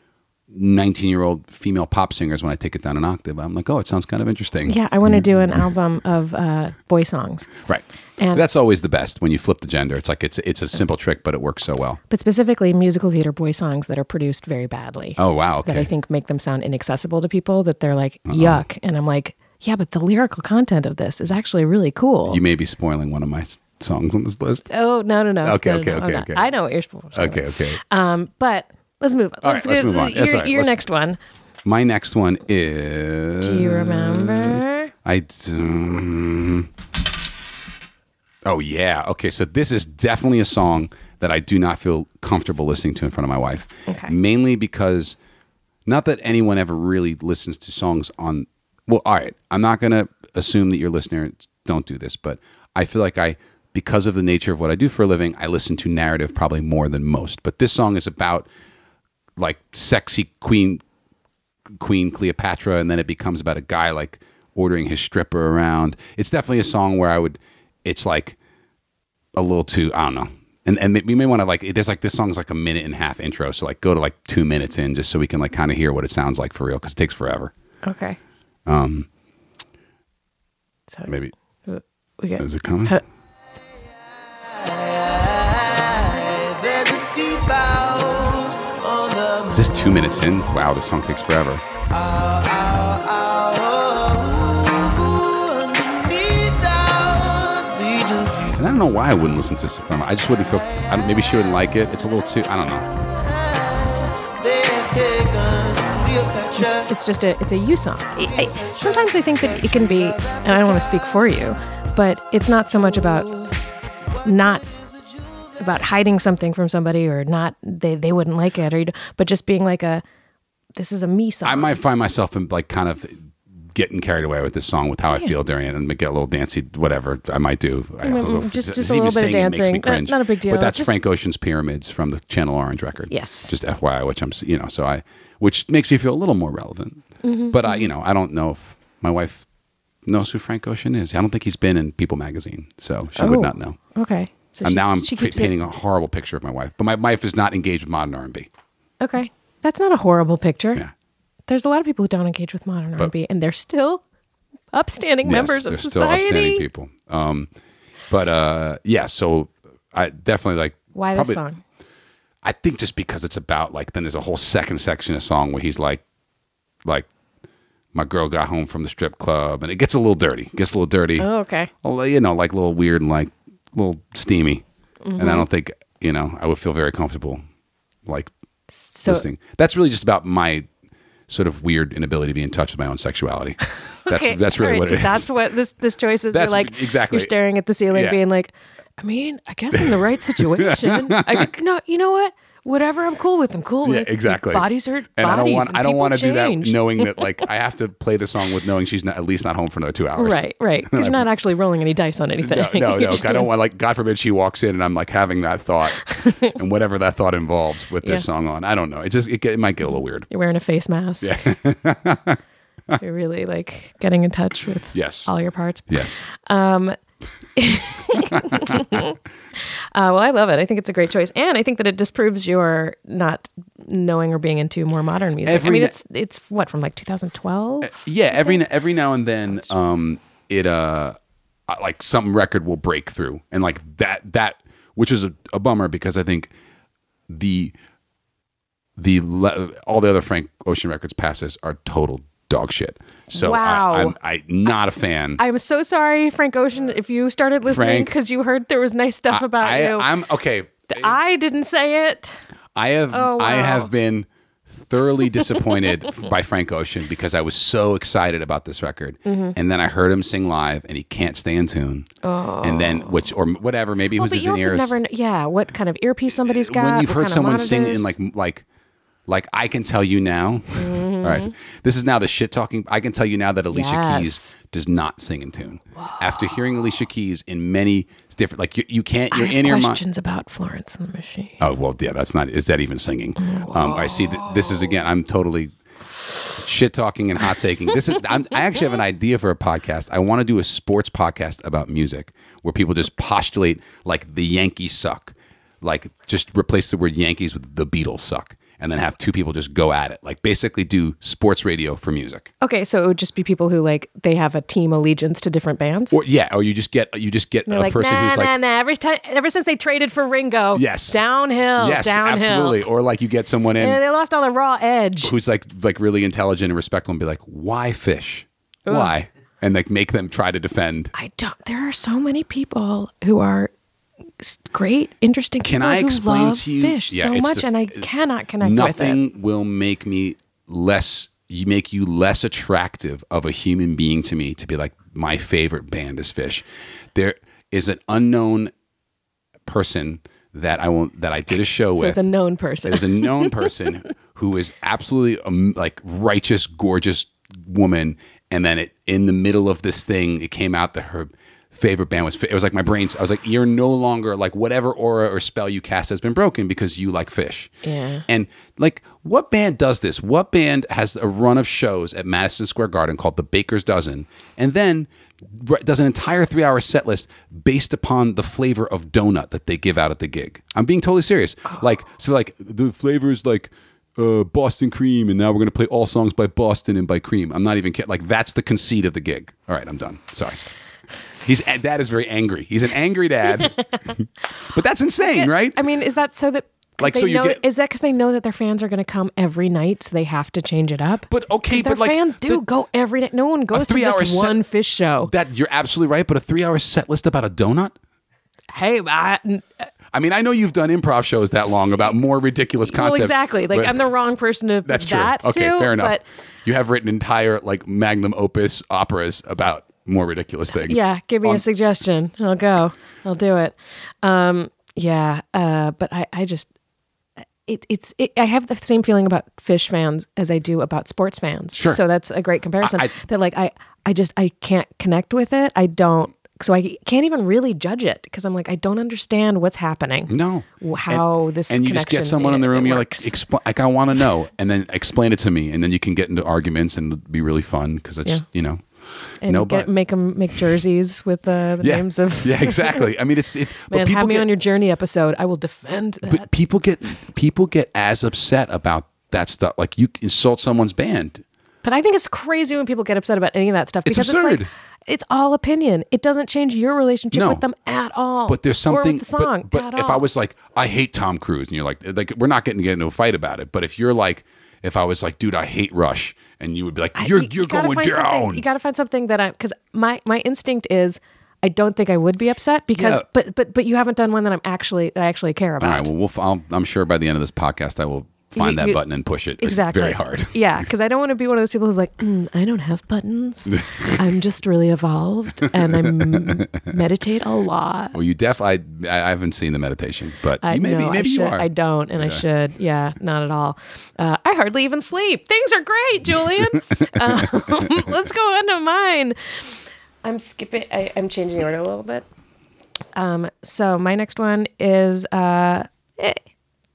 S2: 19 year old female pop singers, when I take it down an octave, I'm like, oh, it sounds kind of interesting.
S1: Yeah, I want to do an album of uh, boy songs,
S2: Right.
S1: And-
S2: that's always the best when you flip the gender. It's like it's it's a simple trick, but it works so well.
S1: but specifically musical theater boy songs that are produced very badly.
S2: Oh wow, okay.
S1: That I think make them sound inaccessible to people. That they're like yuck, and I'm like, yeah, but the lyrical content of this is actually really cool.
S2: you may be spoiling one of my s- songs on this list.
S1: oh no no no.
S2: Okay,
S1: No, no,
S2: okay,
S1: no, I'm
S2: okay,
S1: not.
S2: okay.
S1: I know what you're supposed to
S2: Okay, okay.
S1: Um, but let's move. on.
S2: All right, let's move on.
S1: Your,
S2: That's all right,
S1: your
S2: let's-
S1: next one.
S2: My next one is
S1: Do you remember?
S2: I do. Oh yeah. Okay, so this is definitely a song that I do not feel comfortable listening to in front of my wife.
S1: Okay.
S2: Mainly because not that anyone ever really listens to songs on well, all right. I'm not going to assume that your listeners don't do this, but I feel like I because of the nature of what I do for a living, I listen to narrative probably more than most. But this song is about like sexy queen Queen Cleopatra, and then it becomes about a guy like ordering his stripper around. It's definitely a song where I would, it's like a little too, I don't know. And and we may want to like there's like this song's like a minute and a half intro, so like go to like two minutes in just so we can like kind of hear what it sounds like for real because it takes forever.
S1: Okay. Um. So
S2: Maybe
S1: we got
S2: is it coming?
S1: Huh.
S3: There's a thief out on the
S2: Is this two minutes in? Wow, this song takes forever.
S3: moon beneath our legions.
S2: And I don't know why I wouldn't listen to Sufema. I just wouldn't feel. I don't, maybe she wouldn't like it. It's a little too. I don't know.
S3: They have taken Cleopatra.
S1: it's, it's just a it's a you song. I, I, sometimes I think that it can be, and I don't want to speak for you, but it's not so much about not about hiding something from somebody or not they they wouldn't like it or you know, but just being like a this is a me song.
S2: I might find myself in like kind of getting carried away with this song with how I feel during it and get a little dancy, whatever I might do. I
S1: mm, just- just a little bit of
S2: saying it makes me
S1: dancing. Not-
S2: cringe.
S1: not a big deal.
S2: But that's
S1: Just-
S2: Frank Ocean's Pyramids from the Channel Orange record.
S1: Yes.
S2: Just FYI, which I'm s- you know so I which makes me feel a little more relevant.
S1: Mm-hmm,
S2: But I you know I don't know if my wife knows who Frank Ocean is. I don't think he's been in People magazine, so she would
S1: Oh.
S2: not know.
S1: okay. So
S2: and
S1: she-
S2: now I'm
S1: she
S2: pa-
S1: keeps it-
S2: painting a horrible picture of my wife. But my wife is not engaged with modern R&B.
S1: Okay, that's not a horrible picture.
S2: Yeah.
S1: There's a lot of people who don't engage with modern R&B, and they're still upstanding members of
S2: they're
S1: society.
S2: still upstanding people. Um, but uh, yeah, so I definitely like
S1: Why this
S2: probably-
S1: song?
S2: I think just because it's about like then there's a whole second section of song where he's like, like my girl got home from the strip club, and it gets a little dirty, gets a little dirty,
S1: Oh, okay.
S2: Well, you know, like a little weird and like a little steamy,
S1: Mm-hmm.
S2: and I don't think you know I would feel very comfortable like
S1: So
S2: listening. That's really just about my sort of weird inability to be in touch with my
S1: [LAUGHS]
S2: own sexuality.
S1: Okay,
S2: That's that's really
S1: alright,
S2: what
S1: so
S2: it is.
S1: That's what this this choice is.
S2: That's
S1: you're like
S2: exactly-
S1: You're staring at the ceiling,
S2: Yeah.
S1: being like, I mean, I guess in the right
S2: [LAUGHS]
S1: situation, I could, no, you know what? Whatever I'm cool with, I'm cool
S2: Yeah,
S1: with.
S2: exactly.
S1: Bodies hurt.
S2: and I don't
S1: bodies,
S2: want
S1: and
S2: I don't
S1: people
S2: want to do that
S1: change.
S2: knowing
S1: [LAUGHS]
S2: that like I have to play the song with knowing she's not, at least not home for another two hours.
S1: Right,
S2: [LAUGHS]
S1: right. Because you're not actually rolling any dice on [LAUGHS] anything.
S2: No, no,
S1: You're
S2: no.
S1: just
S2: 'cause I
S1: doing-
S2: don't want like God forbid she walks in and I'm like having
S1: [LAUGHS]
S2: that thought and whatever that thought involves with this
S1: Yeah.
S2: song on. I don't know. It just it, get- it might get a little weird.
S1: You're wearing a face mask. Yeah.
S2: [LAUGHS]
S1: you're really like getting in touch with
S2: Yes.
S1: all your parts.
S2: Yes.
S1: Uh, well, I love it. I think it's a great choice, and I think that it disproves your not knowing or being into more modern music.
S2: Every Uh,
S1: I mean,
S2: na-
S1: it's it's what from like 2012.
S2: Yeah, every n- every now and then, um, it uh, I- like some record will break through, and like that that which is a, a bummer because I think the the le- all the other Frank Ocean records passes are total dog shit. So
S1: Wow.
S2: I, I'm I, not a fan.
S1: I'm so sorry, Frank Ocean, if you started listening
S2: Frank.
S1: because you heard there was nice stuff about
S2: I,
S1: you.
S2: I'm okay.
S1: I didn't say it.
S2: I have
S1: Oh,
S2: I
S1: wow.
S2: have been thoroughly disappointed [LAUGHS] by Frank Ocean because I was so excited about this record,
S1: Mm-hmm.
S2: and then I heard him sing live, and he can't stay in tune. Oh. And then which or whatever, maybe it
S1: Well,
S2: was
S1: Oh, but
S2: his
S1: you also
S2: ears.
S1: never know. Yeah, what kind of earpiece somebody's got.
S2: when you've
S1: what
S2: heard
S1: kind of
S2: someone sing in
S1: monitors.
S2: like like like I can tell you now.
S1: Mm-hmm.
S2: all right, this is now the shit talking. I can tell you now that Alicia
S1: Yes.
S2: Keys does not sing in tune. After hearing Alicia Keys in many different, like you, you can't.
S1: I
S2: You're
S1: have
S2: in your mind.
S1: questions about Florence and the Machine.
S2: Oh well, yeah, that's not. Is that even singing? Um, I see. That this is again. I'm totally shit talking and hot taking. This is. I'm, I actually have an idea for a podcast. I want to do a sports podcast about music, where people just postulate like the Yankees suck, like just replace the word Yankees with the Beatles suck, and then have two people just go at it, like basically do sports radio for music.
S1: Okay, so it would just be people who like they have a team allegiance to different bands.
S2: Or yeah, or you just get you just get
S1: They're
S2: a
S1: like,
S2: person
S1: nah,
S2: who's
S1: nah,
S2: like
S1: nah. Every time, ever since they traded for Ringo,
S2: Yes.
S1: downhill,
S2: yes,
S1: downhill.
S2: absolutely, or like you get someone in.
S1: And they lost all the raw edge.
S2: who's like like really intelligent and respectful and be like, why fish? Why? And like make them try to defend.
S1: I don't. There are so many people who are s- great, interesting.
S2: Can
S1: people
S2: I
S1: who
S2: explain
S1: love
S2: to you-
S1: fish
S2: Yeah,
S1: so
S2: it's
S1: much,
S2: just-
S1: and I cannot connect with it.
S2: Nothing will make me less you make you less attractive of a human being to me to be like my favorite band is fish. There is an unknown person that I won't that I did a show
S1: So
S2: with.
S1: it's a known person.
S2: There's a known person who is absolutely um, like righteous, gorgeous woman, and then it, in the middle of this thing, it came out that her favorite band was. Fi- It was like my brain's. I was like, you're no longer like whatever aura or spell you cast has been broken because you like Fish.
S1: Yeah.
S2: And like, what band does this? What band has a run of shows at Madison Square Garden called the Baker's Dozen, and then re- does an entire three-hour set list based upon the flavor of donut that they give out at the gig? I'm being totally serious. Like, so like the flavors like. Uh, Boston Cream, and now we're gonna play all songs by Boston and by Cream. I'm not even kidding. Like that's the conceit of the gig. All right, I'm done. Sorry. He's dad is very angry. He's an
S1: [LAUGHS]
S2: angry dad. but that's insane, right?
S1: I mean, is that so that
S2: Like,
S1: they
S2: so you
S1: know,
S2: get-
S1: is that because they know that their fans are going to come every night, so they have to change it up?
S2: But, okay,
S1: 'Cause their
S2: but, like,
S1: fans do
S2: the-
S1: go every night. No one goes to
S2: three-hour
S1: just
S2: set-
S1: one fish show.
S2: That you're absolutely right, but a three hour set list about a donut?
S1: hey, I,
S2: I mean, I know you've done improv shows that long about more ridiculous
S1: well,
S2: concepts.
S1: exactly. Like
S2: but-
S1: I'm the wrong person to
S2: That's true.
S1: that
S2: okay,
S1: to,
S2: fair enough.
S1: But
S2: you have written entire like magnum opus operas about more ridiculous things.
S1: yeah, give me
S2: On-
S1: a suggestion. I'll go. I'll do it. Um, yeah, uh, but I, I just. It, it's it, I have the same feeling about fish fans as I do about sports fans.
S2: Sure.
S1: So that's a great comparison.
S2: I- I-
S1: that like I I just I can't connect with it. I don't. So I can't even really judge it because I'm like I don't understand what's happening.
S2: No.
S1: w- How this
S2: and you just get
S1: connection
S2: someone in the
S1: i-
S2: room.
S1: it
S2: You're
S1: works.
S2: like, explain. Like I want to know, and then explain it to me, and then you can get into arguments and it'll be really fun because it's
S1: Yeah.
S2: you know.
S1: and
S2: no,
S1: you get,
S2: but-
S1: make them make jerseys with uh, the
S2: Yeah,
S1: names of
S2: [LAUGHS] yeah, exactly. I mean,
S1: [LAUGHS]
S2: it's it, but
S1: man.
S2: people
S1: Have me
S2: get-
S1: on your journey episode. I will defend that.
S2: but people get people get as upset about that stuff. Like you insult someone's band.
S1: But I think it's crazy when people get upset about any of that stuff
S2: It's
S1: because it's
S2: absurd.
S1: like it's all opinion. It doesn't change your relationship
S2: No.
S1: with them at all.
S2: But there's
S1: or
S2: something.
S1: with the song.
S2: but but
S1: at
S2: if
S1: all.
S2: I was like, I hate Tom Cruise, and you're like, like we're not getting to get into a fight about it. But if you're like, if I was like, dude, I hate Rush, and you would be like, you're
S1: You-
S2: you're
S1: you gotta
S2: going
S1: find something-
S2: down.
S1: You got to find something that I because my my instinct is I don't think I would be upset because
S2: Yeah.
S1: but but but you haven't done one that I'm actually that I actually care
S2: All
S1: about.
S2: right. Well, we'll f- I'll, I'm sure by the end of this podcast, I will find
S1: You-
S2: that
S1: you-
S2: button and push it
S1: Exactly. [LAUGHS]
S2: very hard. [LAUGHS]
S1: yeah, because I don't want to be one of those people who's like, "Mm, I don't have
S2: [LAUGHS]
S1: buttons. I'm just really evolved, and I m- meditate a lot.
S2: Well, you def I I haven't seen the meditation, but
S1: I
S2: you maybe
S1: no, I
S2: maybe
S1: should,
S2: you are.
S1: I don't, and I should. Yeah, not at all. Uh, I hardly even sleep. Things are great,
S2: [LAUGHS]
S1: Julian. um, [LAUGHS] let's go on to mine. I'm skipping. I, I'm changing the order a little bit. Um, so my next one is. Uh, eh,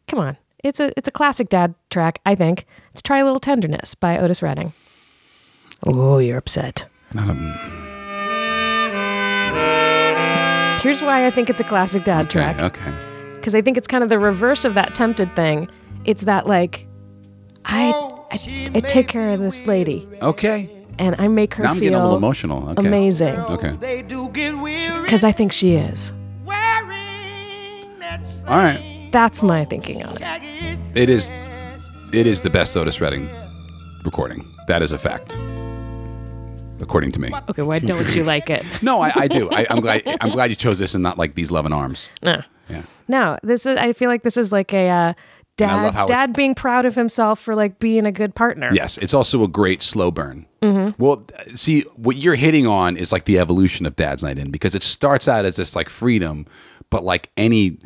S1: come on, it's a it's a classic dad track. I think it's "Try a Little Tenderness" by Otis Redding. Oh, you're upset.
S2: Not a-
S1: Here's why I think it's a classic dad track.
S2: okay, okay.
S1: because I think it's kind of the reverse of that tempted thing. It's that like, I I, I take care of this lady
S2: Okay.
S1: and I make her
S2: Now I'm
S1: feel
S2: getting a little emotional. Okay.
S1: amazing
S2: Okay.
S3: They do get weary
S1: because I think she is.
S3: wearing that same
S2: All right.
S1: That's my thinking on it.
S3: jagged
S2: It is
S3: edge.
S2: it is the best Otis Redding recording. That is a fact, according to me.
S1: Okay, why don't you like it?
S2: No, I, I do. I, I'm glad. I'm glad you chose this and not like these love and arms.
S1: No,
S2: Yeah.
S1: [LAUGHS] no. This is. I feel like this is like a uh,
S2: I love how
S1: dad.
S2: it's-
S1: Dad being proud of himself for like being a good partner.
S2: Yes, it's also a great slow burn. Well, see, what you're hitting on is like the evolution of Dad's Night In because it starts out as this like freedom, but like any,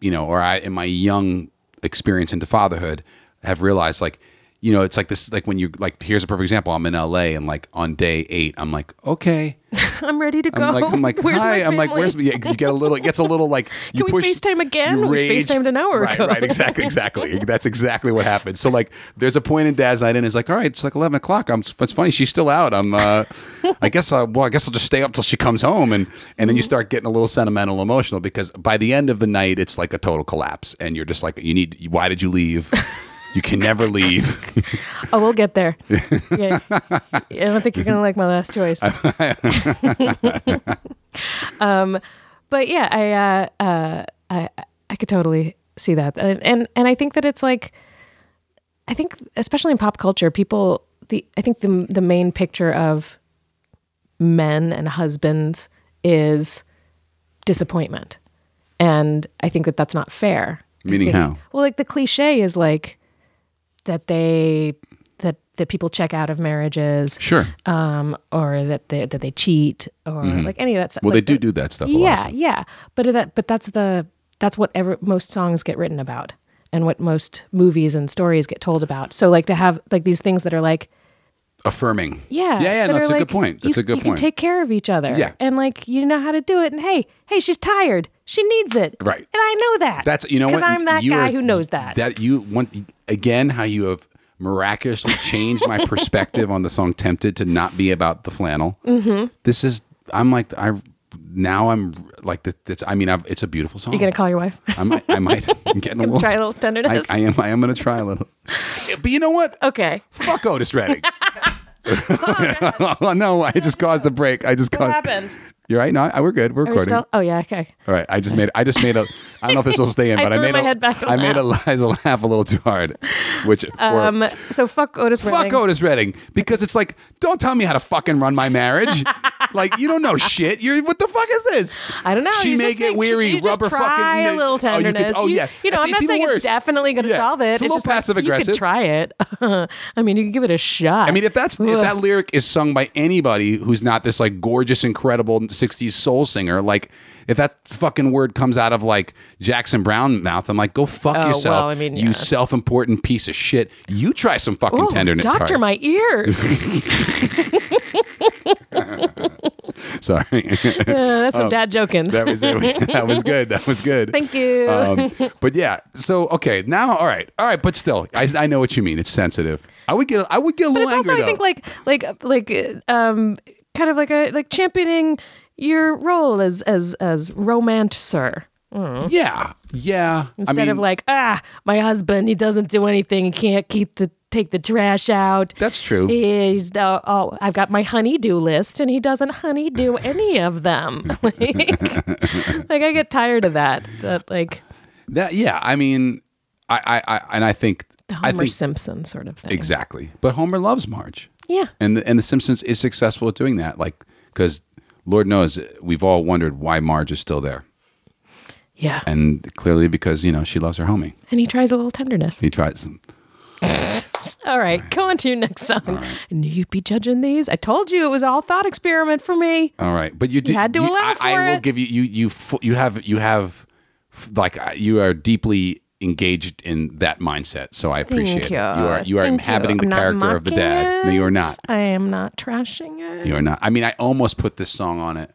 S2: you know, or I in my young experience into fatherhood have realized like, you know, it's like this, like when you like, here's a perfect example. I'm in LA and like on day eight, I'm like, okay,
S1: [LAUGHS] I'm ready to go.
S2: I'm
S1: [LAUGHS]
S2: like, I'm like,
S1: Where's my
S2: hi. I'm like,
S1: family?
S2: where's yeah, 'cause you get a little, it gets a
S1: [LAUGHS]
S2: little like you
S1: we
S2: push
S1: FaceTime again?
S2: you
S1: We FaceTimed an hour
S2: right,
S1: ago.
S2: Right, exactly,
S1: [LAUGHS]
S2: exactly. That's exactly what happened. So like, there's a point in Dad's night, and it's like, all right, it's like eleven o'clock. I'm. It's funny, she's still out. I'm. Uh, I guess. I, well, I guess I'll just stay up till she comes home, and and then you start getting a little sentimental, emotional because by the end of the night, it's like a total collapse, and you're just like, you need. Why did you leave? You can
S1: [LAUGHS]
S2: never leave.
S1: Oh, we'll get there. Yeah. I don't think you're gonna like my last choice. um, but yeah, I, uh, uh, I I could totally see that, and, and and I think that it's like, I think especially in pop culture, people the I think the the main picture of men and husbands is disappointment, and I think that that's not fair.
S2: Meaning how?
S1: Well, like the cliche is like that they that that people check out of marriages,
S2: Sure.
S1: um, or that they that they cheat, or like any of that stuff.
S2: Mm-hmm. Well,
S1: Like
S2: they do
S1: the-
S2: do that stuff. A lot,
S1: Yeah,
S2: so-
S1: yeah, but that but that's the that's what ever, most songs get written about, and what most movies and stories get told about. So like to have like these things that are like
S2: affirming.
S1: Yeah.
S2: Yeah,
S1: that
S2: yeah. No, that's
S1: are
S2: a
S1: like,
S2: good point. That's
S1: you,
S2: a good
S1: you
S2: point.
S1: can take care of each other.
S2: Yeah.
S1: And like you know how to do it. And hey, hey, she's tired. She needs it.
S2: Right.
S1: And I know that.
S2: That's you know what
S1: Because I'm that
S2: You
S1: guy
S2: are-
S1: who knows that.
S2: That you want again how you have miraculously changed my perspective on the song "Tempted" to not be about the flannel. Mm-hmm. This is I'm like I now I'm like the, that's I mean I've, it's a beautiful song.
S1: you gonna call your wife? [LAUGHS]
S2: I might I might I'm getting a little
S1: Try a little
S2: I,
S1: tenderness. Oh.
S2: I am I am gonna try a little. But you know what?
S1: okay.
S2: Fuck
S1: [LAUGHS]
S2: Otis Redding. oh, [LAUGHS] no, I just caused the break. I just
S1: What
S2: caused.
S1: happened?
S2: You're right. No, I, we're good. We're
S1: Are we
S2: recording.
S1: still? Oh yeah. Okay.
S2: All right, I just made I just made a I don't know if this will stay in,
S1: [LAUGHS] I
S2: but I,
S1: threw
S2: made
S1: my
S2: a
S1: head back to
S2: I made Eliza [LAUGHS] laugh a little too hard, which or-
S1: [LAUGHS] Um. So fuck Otis Redding.
S2: fuck Otis Redding because it's like don't tell me how to fucking run
S1: [LAUGHS]
S2: my marriage, like you don't know shit. You're what the fuck is this?
S1: I don't know.
S2: She
S1: you
S2: may
S1: just
S2: get
S1: think-
S2: weary.
S1: you just
S2: rubber
S1: try
S2: fucking.
S1: a little
S2: Oh, you could-
S1: tenderness.
S2: oh,
S1: you,
S2: yeah.
S1: You know,
S2: It's-
S1: I'm not
S2: even
S1: saying
S2: worse.
S1: it's definitely going to
S2: Yeah.
S1: solve it.
S2: It's a little
S1: just like,
S2: passive aggressive.
S1: You could try it. [LAUGHS] I mean, you could give it a shot.
S2: I mean, if that's if that lyric is sung by anybody who's not this like gorgeous, incredible '60s soul singer, like if that fucking word comes out of like Jackson Brown mouth, I'm like, go fuck
S1: Oh,
S2: yourself,
S1: well, I mean,
S2: you
S1: yeah.
S2: self-important piece of shit. You try some fucking
S1: Ooh,
S2: tenderness,
S1: doctor,
S2: Hardy.
S1: my
S2: [LAUGHS]
S1: ears. [LAUGHS]
S2: Sorry, [LAUGHS]
S1: Uh, that's
S2: Oh.
S1: some dad joking.
S2: that was [LAUGHS] that was good. That was good.
S1: Thank you.
S2: Um,
S1: [LAUGHS]
S2: but yeah, so okay, now all right, all right, but still, I, I know what you mean. It's sensitive. I would get I would get a
S1: but
S2: little
S1: it's also,
S2: angry
S1: I
S2: though.
S1: think, like, like, like, uh, um, kind of like a like championing your role as as as romancer.
S2: yeah, yeah.
S1: Instead
S2: I mean,
S1: of like, ah, my husband, he doesn't do anything. He can't keep the take the trash out.
S2: that's true.
S1: He's the, oh, I've got my honeydew list, and he doesn't honeydew any of
S2: [LAUGHS]
S1: them. [LAUGHS] like, like, I get tired of that. That like
S2: That yeah, I mean, I I, I and I think
S1: the
S2: I
S1: Homer
S2: think
S1: Simpson sort of thing.
S2: exactly. But Homer loves Marge,
S1: Yeah.
S2: and the, and the Simpsons is successful at doing that. Like because Lord knows we've all wondered why Marge is still there,
S1: Yeah. And,
S2: and clearly because you know she loves her homie.
S1: he tries a little tenderness.
S2: He tries.
S1: All right, go on to your next song. I knew you'd be judging these. I told you it was all thought experiment for me.
S2: All right, but you did.
S1: had to
S2: you-
S1: allow
S2: I, I
S1: for
S2: will
S1: it.
S2: give you. You you fu- you have you have like uh, you are deeply engaged in that mindset. So I appreciate it.
S1: Thank you.
S2: You are you are
S1: Thank
S2: inhabiting
S1: I'm
S2: the
S1: not
S2: character of the
S1: mocking
S2: dad. No, you are not.
S1: it. I am not trashing it.
S2: You are not. I mean, I almost put this song on it.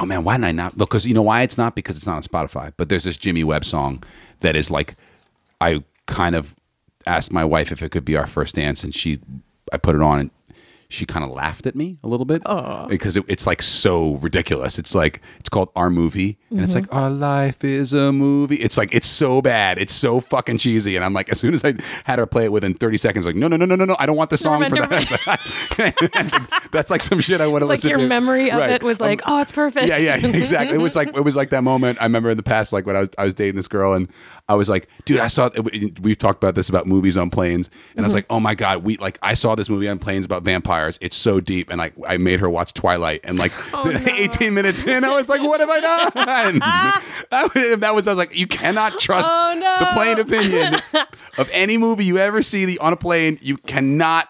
S2: Oh man, why did I not? Because you know why it's not because it's not on Spotify. But there's this Jimmy Webb song that is like, I kind of asked my wife if it could be our first dance, and she, I put it on, and she kind of laughed at me a little bit because it, it's like so ridiculous. It's like it's called Our Movie, and it's like Our Life is a Movie. It's like it's so bad, it's so fucking cheesy, and I'm like, as soon as I had her play it within 30 seconds, like, no, no, no, no, no, no, I don't want the song
S1: mind,
S2: for
S1: never
S2: that. [LAUGHS] That's like some shit I want to
S1: Like
S2: listen
S1: your
S2: to.
S1: memory of
S2: Right.
S1: it was
S2: Um,
S1: like, oh, it's perfect. [LAUGHS]
S2: yeah, yeah, exactly. It was like it was like that moment I remember in the past, like when I was I was dating this girl and I was like, dude, I saw we've talked about this about movies on planes, and
S1: Mm-hmm.
S2: I was like, oh my god, we like I saw this movie on planes about vampires. It's so deep, and like I made her watch Twilight, and like
S1: Oh,
S2: [LAUGHS] eighteen minutes in, I was like, what have
S1: [LAUGHS]
S2: I done? I was- that was I was like, you cannot trust
S1: Oh, no.
S2: the
S1: [LAUGHS]
S2: plain opinion of any movie you ever see the, on a plane. You cannot.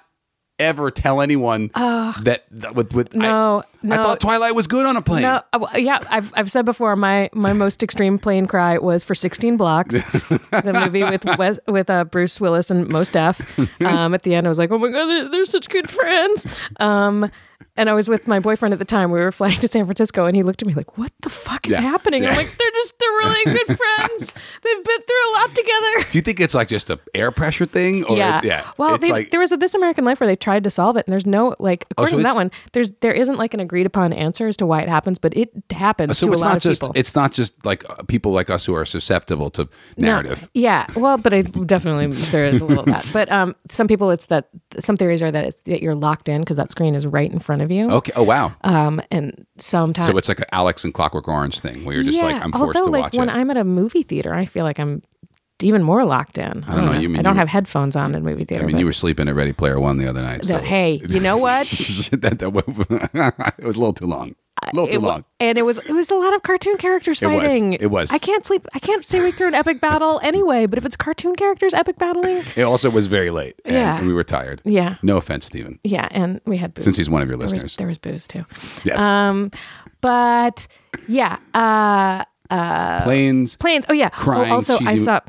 S2: Ever tell anyone that, that with with I-
S1: No,
S2: I
S1: no.
S2: thought Twilight was good on a plane.
S1: No, uh, well, yeah, I've, I've said before my my most extreme plane cry was for 16
S2: [LAUGHS]
S1: Blocks, the movie with Wes, with uh, Bruce Willis and Mos Def. Um, at the end, I was like, oh my god, they're, they're such good friends. Um, and I was with my boyfriend at the time. We were flying to San Francisco, and he looked at me like, "What the fuck is
S2: Yeah.
S1: happening?" I'm
S2: Yeah.
S1: like, "They're just they're really
S2: [LAUGHS]
S1: good friends. They've been through a lot together."
S2: Do you think it's like just a air pressure thing, or
S1: yeah.
S2: It's, yeah?
S1: Well,
S2: it's
S1: they,
S2: like Oh,
S1: there was a This American Life where they tried to solve it, and there's no like according
S2: so
S1: to that
S2: it's-
S1: one, there's there isn't like an agreed upon answer as to why it happens, but it happens
S2: so
S1: to
S2: it's
S1: a lot
S2: not
S1: of
S2: just
S1: people.
S2: it's not just like uh, people like us who are susceptible to
S1: No,
S2: narrative.
S1: yeah. Well, but I definitely there is a little of that. But um, some people it's that some theories are that it's that you're locked in because that screen is right in front of you.
S2: Okay. Oh wow.
S1: Um, and sometimes
S2: so it's like an Alex and Clockwork Orange thing where you're just
S1: yeah.
S2: like I'm forced
S1: although
S2: to
S1: like
S2: watch
S1: when
S2: it.
S1: I'm at a movie theater, I feel like I'm even more locked in. I
S2: don't know, you mean
S1: I don't
S2: you-
S1: have headphones on in movie theater.
S2: I mean,
S1: but-
S2: you were sleeping at Ready Player One the other night. So.
S1: So, hey, you know what?
S2: [LAUGHS] that, that was, [LAUGHS] it was a little too long. A little
S1: Uh,
S2: too
S1: It wa-
S2: long.
S1: And it was it was a lot of cartoon characters
S2: was.
S1: fighting.
S2: It was.
S1: I can't sleep. I can't stay awake through an epic
S2: [LAUGHS]
S1: battle anyway. But if it's cartoon characters epic battling,
S2: It also was very late. And,
S1: Yeah.
S2: and we were tired.
S1: Yeah.
S2: No offense, Stephen,
S1: yeah. And we had booze.
S2: since he's one of your
S1: there
S2: listeners.
S1: was, there was booze too.
S2: yes.
S1: Um, but yeah, uh,
S2: Planes.
S1: planes. Oh yeah. Well,
S2: Crying,
S1: also, I
S2: cheesy-
S1: saw.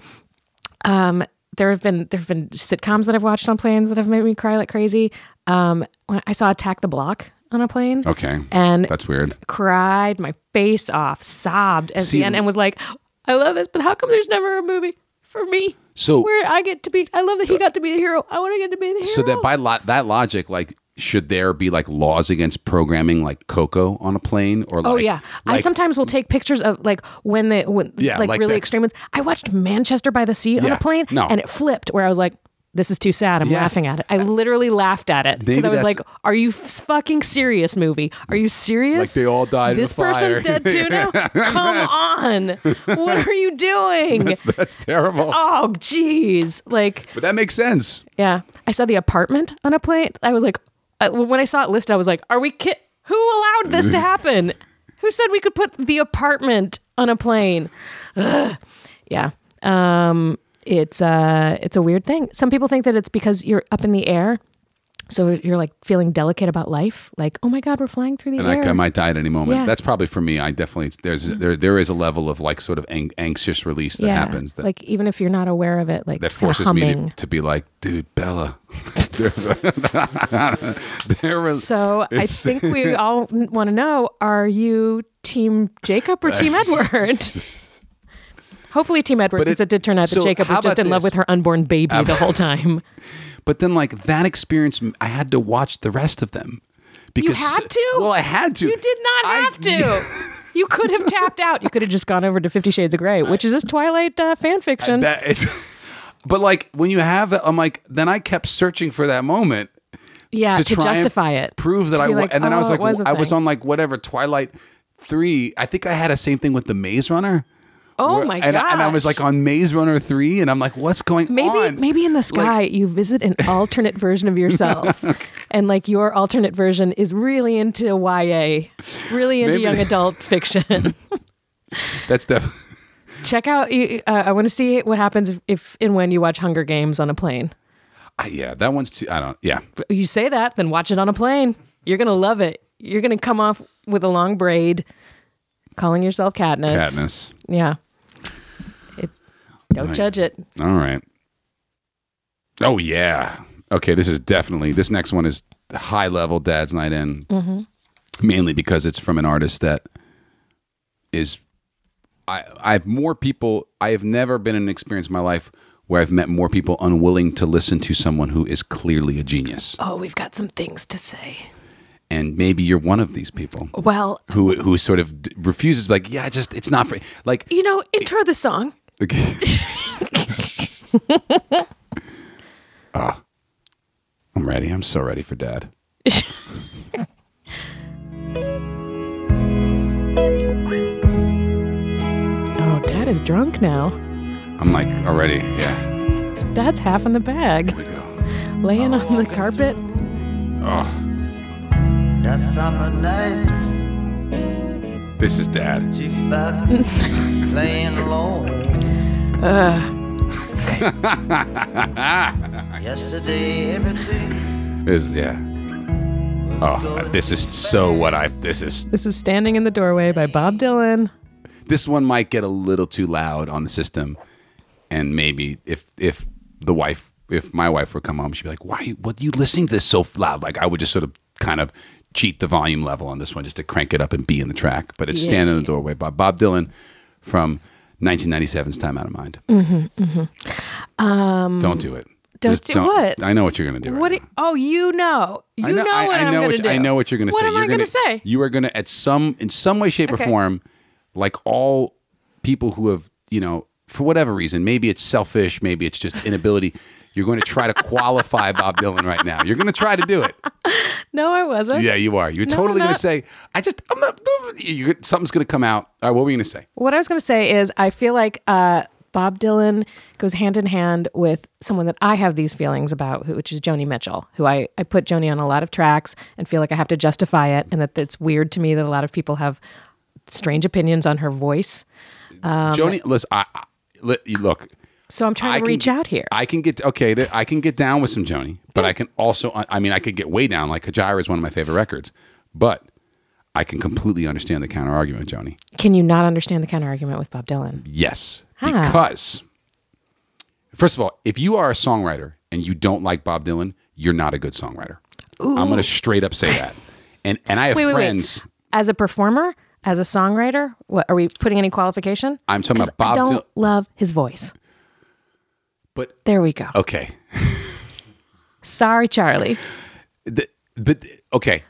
S1: Um, there have been there have been sitcoms that I've watched on planes that have made me cry like crazy. Um, when I saw Attack the Block on a plane,
S2: Okay.
S1: and
S2: That's weird.
S1: cried my face off, sobbed at
S2: See-
S1: the end, and was like, "I love this, but how come there's never a movie for me
S2: So-
S1: where I get to be? I love that he got to be the hero. I want to get to be the hero."
S2: So that by lo- that logic, like, should there be like laws against programming like Coco on a plane or like?
S1: Oh yeah, I
S2: like-
S1: sometimes will take pictures of like when the when
S2: Yeah,
S1: like,
S2: like
S1: really
S2: that's-
S1: extreme ones. I watched Manchester by the Sea on
S2: Yeah,
S1: a plane,
S2: no.
S1: and it flipped where I was like, "This is too sad." I'm
S2: Yeah. Uh,
S1: laughing at it. I literally laughed at it because
S2: Maybe
S1: I was
S2: that's-
S1: like, "Are you f- fucking serious, movie? Are you serious?
S2: Like they all died in
S1: This
S2: a fire.
S1: person's dead too
S2: [LAUGHS]
S1: now. Come on, what are you doing?
S2: [LAUGHS] That's terrible.
S1: oh, jeez, like."
S2: But that makes sense.
S1: Yeah. I saw the apartment on a plane. I was like, uh, when I saw it listed, I was like, are we ki- Who allowed this to
S2: [LAUGHS]
S1: happen? Who said we could put the apartment on a plane? Ugh. Yeah. Um, it's uh, it's a weird thing. Some people think that it's because you're up in the air. So you're like feeling delicate about life. Like, oh my God, we're flying through the
S2: And
S1: air.
S2: I, I might die at any moment.
S1: Yeah. Mm.
S2: That's probably for me. I definitely there's there there is a level of like sort of ang- anxious release that happens that
S1: like even if you're not aware of it, like
S2: that
S1: kinda
S2: forces me
S1: humming.
S2: to, to be like, dude, Bella. [LAUGHS] there was
S1: So I think we all want to know: Are you Team Jacob or
S2: [LAUGHS]
S1: Team Edward? Hopefully, Team Edward,
S2: But
S1: since
S2: it-
S1: it did turn out that
S2: so
S1: Jacob
S2: how
S1: was just in
S2: about
S1: love
S2: this?
S1: with her unborn baby the whole
S2: [LAUGHS]
S1: time.
S2: But then, like that experience, I had to watch the rest of them because
S1: had to?
S2: Well, I had to.
S1: You did not
S2: I- [LAUGHS]
S1: have to. you could have tapped out. You could have just gone over to Fifty Shades of Grey, which is this Twilight uh, fan fiction. [LAUGHS]
S2: That it's, but like when you have that, I'm like, then I kept searching for that moment
S1: yeah, Uh, to,
S2: to, try and
S1: justify it.
S2: prove that
S1: To
S2: I
S1: be
S2: wa-
S1: like,
S2: and then I
S1: "Oh,
S2: was
S1: it
S2: like,
S1: was a
S2: I was
S1: thing."
S2: on like whatever Twilight three. I think I had a same thing with the Maze Runner.
S1: Oh
S2: where-
S1: my
S2: and, I- and I was
S1: gosh.
S2: like on Maze Runner three, and I'm like, what's going
S1: Maybe
S2: on?
S1: maybe in the
S2: Like,
S1: sky you visit an alternate version of
S2: [LAUGHS]
S1: yourself, and like your alternate version is really into YA, really into
S2: Maybe
S1: young
S2: they-
S1: adult
S2: [LAUGHS]
S1: fiction.
S2: that's definitely.
S1: Check out. you- Uh, I want to see what happens if, if and when you watch Hunger Games on a plane.
S2: Yeah, that one's too. [LAUGHS] I don't. Yeah,
S1: You say that, then watch it on a plane. You're gonna love it. You're gonna come off with a long braid, calling yourself Katniss.
S2: Katniss.
S1: Yeah. It, don't
S2: Right.
S1: judge it.
S2: All right. Oh yeah. Okay, this is definitely this next one is high level dad's night in. Mm-hmm. Mainly because it's from an artist that is I I have more people I have never been in an experience in my life where I've met more people unwilling to listen to someone who is clearly a genius.
S1: Oh, we've got some things to say.
S2: And maybe you're one of these people
S1: Well,
S2: who who sort of d- refuses like yeah, just it's not for like
S1: you know, intro the song.
S2: Okay. ah, Ah. I'm ready. I'm so ready for dad.
S1: Oh, Dad is drunk now.
S2: I'm like already. Yeah.
S1: Dad's half in the bag,
S2: Here we go.
S1: laying on the carpet.
S2: Oh,
S3: The summer nights,
S2: this is dad.
S3: jukebox [LAUGHS] playing alone. [LAUGHS] Yesterday, everything.
S2: This yeah. Oh, this is so what I. This is
S1: This is Standing in the Doorway by Bob Dylan.
S2: this one might get a little too loud on the system, and maybe if if the wife if my wife would come home, she'd be like, "Why? What are you listening to this so loud?" Like I would just sort of kind of cheat the volume level on this one just to crank it up and be in the track. But it's
S1: Yeah.
S2: "Stand in the Doorway" by Bob Dylan from 1997's "Time Out of Mind." Um, don't do it.
S1: Mm-hmm, don't do what?
S2: I know what you're gonna do.
S1: What?
S2: Right
S1: do- oh, you know. You
S2: now. I
S1: know,
S2: I-
S1: what
S2: I
S1: am
S2: know
S1: going
S2: what
S1: to
S2: you-
S1: do.
S2: I know what you're gonna say.
S1: What am
S2: you're
S1: I going to say?
S2: You are gonna at some in some way, shape,
S1: Okay.
S2: or form, like all people who have you know for whatever reason, maybe it's selfish, maybe it's just inability. You're going to try to qualify Bob Dylan right now. You're going to try to do
S1: [LAUGHS]
S2: it.
S1: no, I wasn't.
S2: Yeah, you are. You're
S1: No,
S2: totally
S1: I'm
S2: going
S1: not.
S2: to say, "I just," I'm not, you're, something's going to come out. All right, what were you going to say?
S1: What I was going to say is, I feel like uh, Bob Dylan goes hand in hand with someone that I have these feelings about, who- which is Joni Mitchell, who I, I put Joni on a lot of tracks and feel like I have to justify it, and that it's weird to me that a lot of people have strange opinions on her voice. Um,
S2: Joni, listen, I, I, li- you look.
S1: So I'm trying to reach
S2: get-
S1: out here.
S2: I can get okay. there- I can get down with some Joni, but I can also. I mean, I could get way down. Like Hajira is one of my favorite records, but I can completely understand the counter argument, Joni.
S1: Can you not understand the counter argument with Bob Dylan?
S2: Yes,
S1: Huh.
S2: because First of all, if you are a songwriter and you don't like Bob Dylan, you're not a good songwriter. I'm going to straight up say that. And and I have
S1: Wait, wait,
S2: friends.
S1: wait. As a performer, as a songwriter, what are we putting any qualification?
S2: I'm talking
S1: 'Cause
S2: about Bob
S1: I don't
S2: Dylan.
S1: love his voice.
S2: But
S1: There we go.
S2: okay,
S1: Sorry, Charlie.
S2: The- but okay.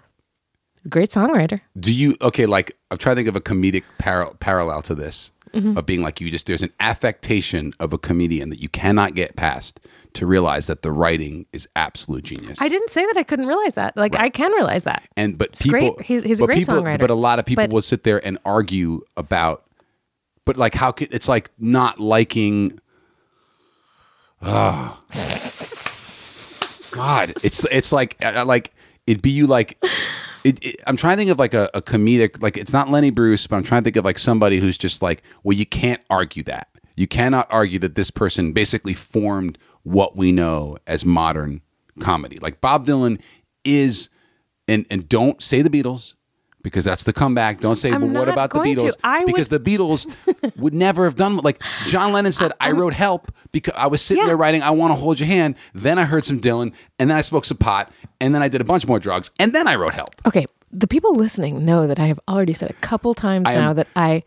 S1: Great songwriter.
S2: Do you okay? Like I'm trying to think of a comedic par- parallel to this
S1: Mm-hmm.
S2: of being like you just there's an affectation of a comedian that you cannot get past to realize that the writing is absolute genius.
S1: I didn't say that I couldn't realize that. Like I can realize that.
S2: and but
S1: great.
S2: people,
S1: He's- he's a
S2: but
S1: great
S2: people-
S1: songwriter.
S2: But a lot of people
S1: But-
S2: will sit there and argue about, but like how could it's like not liking. Oh, God, it's it's like uh, like it'd be you like. It, it- I'm trying to think of like a, a comedic like it's not Lenny Bruce, but I'm trying to think of like somebody who's just like, well, you can't argue that. You cannot argue that this person basically formed what we know as modern comedy. Like Bob Dylan is, and and don't say the Beatles because that's the comeback. Don't say,
S1: I'm
S2: well, what
S1: not
S2: about the
S1: going to.
S2: Beatles?
S1: I
S2: because the Beatles would never have done like John Lennon said. I wrote "Help" because I was sitting
S1: Yeah.
S2: there writing "I Want to Hold Your Hand." Then I heard some Dylan, and then I smoked some pot, and then I did a bunch more drugs, and then I wrote "Help."
S1: Okay, the people listening know that I have already said a couple times
S2: am-
S1: now that I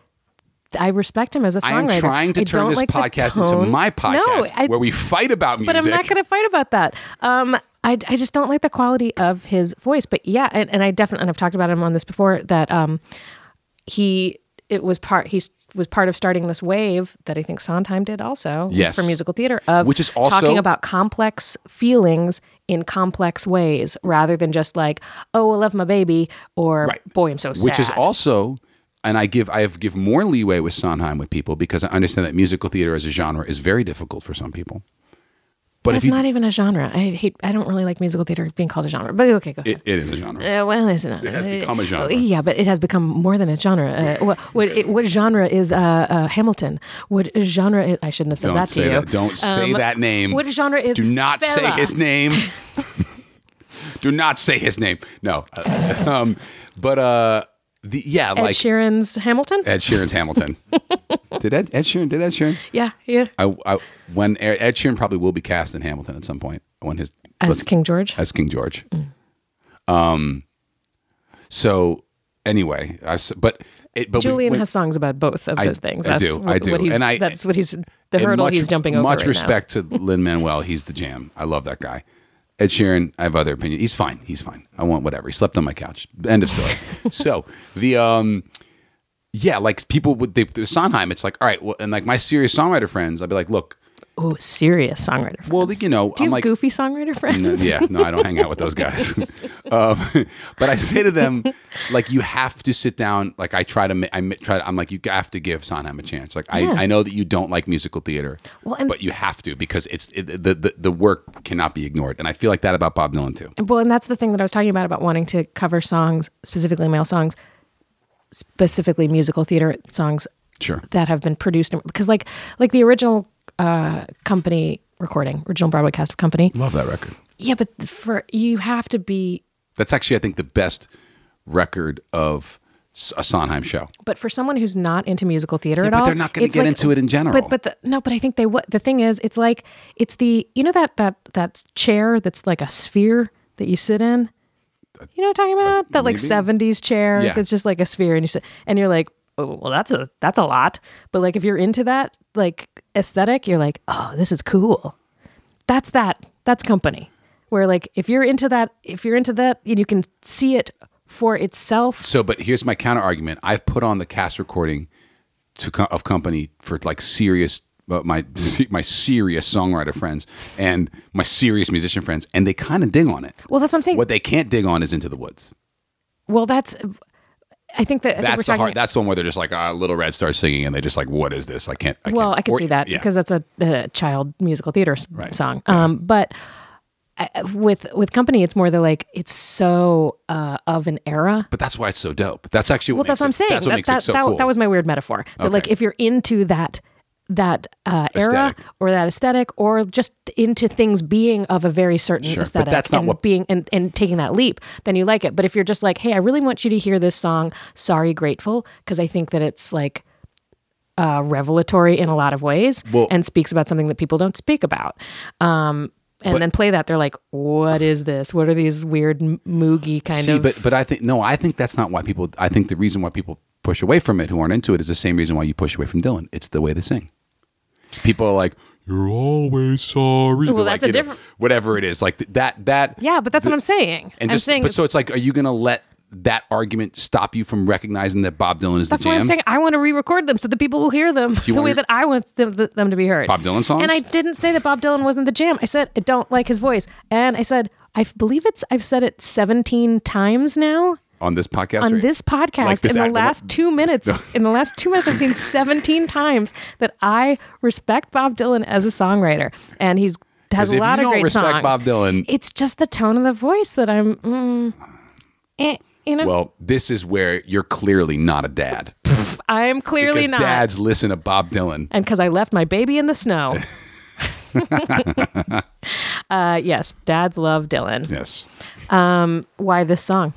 S1: I respect him as a songwriter.
S2: I am trying to
S1: I
S2: turn
S1: don't
S2: this
S1: like the
S2: podcast into
S1: tone.
S2: my podcast
S1: No, I-
S2: where we fight about music.
S1: but I'm not going to fight about that. Um, I, I just don't like the quality of his voice. But yeah, and, and I definitely, and I've talked about him on this before, that um, he, it was part, he s- was part of starting this wave that I think Sondheim did also
S2: Yes.
S1: for musical theater of
S2: Which is also-
S1: talking about complex feelings in complex ways rather than just like, oh, I love my baby or
S2: Right.
S1: boy, I'm so sad.
S2: which is also and I give I have give more leeway with Sondheim with people because I understand that musical theater as a genre is very difficult for some people. But
S1: That's
S2: if you,
S1: not even a genre. I hate, I don't really like musical theater being called a genre, but okay, go ahead.
S2: it, it is a genre.
S1: Uh, well, it's not. It
S2: has become a genre.
S1: Yeah, but it has become more than a genre. Uh, what, what, it, what genre is uh, uh, Hamilton? What genre is. I shouldn't have said
S2: Don't
S1: that to
S2: say
S1: you.
S2: that. Don't
S1: Um,
S2: say that name.
S1: What genre is.
S2: Do not say
S1: Fela? [LAUGHS]
S2: his name. Do not say his name. No. Uh, um, but uh, the yeah,
S1: Ed
S2: like
S1: Sheeran's Hamilton?
S2: Ed
S1: [LAUGHS]
S2: Sheeran's Hamilton. did Ed, Ed Sheeran? Did Ed Sheeran?
S1: yeah, yeah.
S2: I, I when Ed Ed Sheeran probably will be cast in Hamilton at some point when his
S1: As Mm. King George?
S2: as King George. Um, so anyway, I, s- but it, but we-
S1: Julian
S2: when-
S1: has songs about both of those things.
S2: I
S1: That's
S2: do,
S1: What,
S2: I do.
S1: What he's,
S2: And I-
S1: that's what he's. The
S2: and
S1: hurdle
S2: much-
S1: he's jumping over.
S2: Much
S1: right now.
S2: respect to Lin Manuel. He's the jam. I love that guy. Ed Sheeran, I have other opinion. He's fine. He's fine. I want whatever. He slept on my couch. End
S1: [LAUGHS]
S2: of story. so the um, yeah, like people would they the Sondheim. It's like all right, well, and like my serious songwriter friends, I'd be like, look,
S1: Oh, serious songwriter. friends.
S2: well, you know,
S1: Do you
S2: I'm
S1: have
S2: like,
S1: goofy songwriter friends?
S2: No, yeah, no, I don't hang out with those guys. [LAUGHS] um, [LAUGHS] but I say to them, like, you have to sit down. Like, I try to, ma- I mi- try to, I'm like, you have to give Sondheim a chance. Like,
S1: Yeah.
S2: I, I know that you don't like musical theater,
S1: Well, and-
S2: but you have to because it's it, the, the the work cannot be ignored. And I feel like that about Bob Dylan too.
S1: Well, and that's the thing that I was talking about about wanting to cover songs, specifically male songs, specifically musical theater songs
S2: Sure.
S1: that have been produced because like like the original uh company recording, original Broadway cast company.
S2: Love that record.
S1: Yeah, but for you have to be
S2: That's actually, I think, the best record of s- a Sondheim show.
S1: but for someone who's not into musical theater at
S2: but
S1: all,
S2: they're not gonna
S1: it's
S2: get into it in general.
S1: But but the, no, but I think they would. The thing is, it's like it's the you know that that that chair that's like a sphere that you sit in. You know what I'm talking about? that like
S2: Uh, maybe?
S1: '70s chair
S2: Yeah.
S1: that's just like a sphere, and you sit and you're like, oh, well, that's a that's a lot. But like if you're into that like aesthetic, you're like, oh, this is cool. That's that. That's company. Where like if you're into that, if you're into that, and you can see it for itself.
S2: So, but here's my counter argument. I've put on the cast recording to co- of company for like serious uh, my [LAUGHS] se- my serious songwriter friends and my serious musician friends, and they kind of dig on it.
S1: Well, that's what I'm saying.
S2: What they can't dig on is Into the Woods.
S1: Well, that's. I think that I think we're
S2: That's the
S1: talking.
S2: hard. That's the one where they're just like, ah, Little Red starts singing, and they're just like, what is this? I can't. I
S1: well,
S2: can't.
S1: I could
S2: Or-
S1: see that
S2: yeah.
S1: because that's a, a child musical theater s-
S2: Right.
S1: song. Um, but I, with with company, it's more the like it's so uh, of an era.
S2: But that's why it's so dope. That's actually what
S1: Well, that's
S2: makes
S1: what I'm
S2: it-
S1: saying.
S2: That's what
S1: that,
S2: makes
S1: that,
S2: it so
S1: that,
S2: cool.
S1: that was my weird metaphor. But like
S2: Okay.
S1: if you're into that that uh, era
S2: Aesthetic.
S1: or that aesthetic or just into things being of a very certain
S2: Sure, but
S1: aesthetic
S2: that's not
S1: and
S2: what-
S1: being and, and taking that leap then you like it but if you're just like hey i really want you to hear this song sorry grateful because i think that it's like uh, revelatory in a lot of ways
S2: Well-
S1: and speaks about something that people don't speak about. Um, and then play that, they're like, "What is this? What are these weird m- moogie kind
S2: See,
S1: of?"
S2: but but I think no, I think that's not why people. I think the reason why people push away from it who aren't into it is the same reason why you push away from Dylan. It's the way they sing. People are like, "You're always sorry."
S1: Well,
S2: But,
S1: that's
S2: like,
S1: a
S2: you know,
S1: different-
S2: whatever it is, like th- that that
S1: yeah, but that's what I'm saying.
S2: and
S1: I'm
S2: just
S1: saying
S2: but so it's like, are you gonna let that argument stop you from recognizing that Bob Dylan is
S1: That's
S2: the jam?
S1: why I'm saying I want to re-record them so the people will hear them
S2: you
S1: [LAUGHS] the
S2: want
S1: way
S2: your-
S1: that I want them, th- them to be heard.
S2: Bob Dylan songs?
S1: And I didn't say that Bob Dylan wasn't the jam. I said I don't like his voice, and I said I f- believe it's I've said it 17 times now
S2: on this podcast,
S1: on
S2: right?
S1: this podcast
S2: Like this
S1: in the
S2: act-
S1: last
S2: [LAUGHS]
S1: two minutes. in the last two minutes, I've seen 17 times that I respect Bob Dylan as a songwriter, and he's has
S2: 'Cause
S1: a
S2: if
S1: lot
S2: you
S1: of
S2: don't
S1: great
S2: respect
S1: songs.
S2: Bob Dylan-
S1: It's just the tone of the voice that I'm. Mm, eh, you know,
S2: Well, this is where you're clearly not a dad
S1: I'm clearly
S2: because
S1: not.
S2: dads listen to Bob Dylan.
S1: and because I left my baby in the
S2: [LAUGHS]
S1: snow. [LAUGHS] uh, yes, dads love Dylan.
S2: Yes.
S1: Why this song?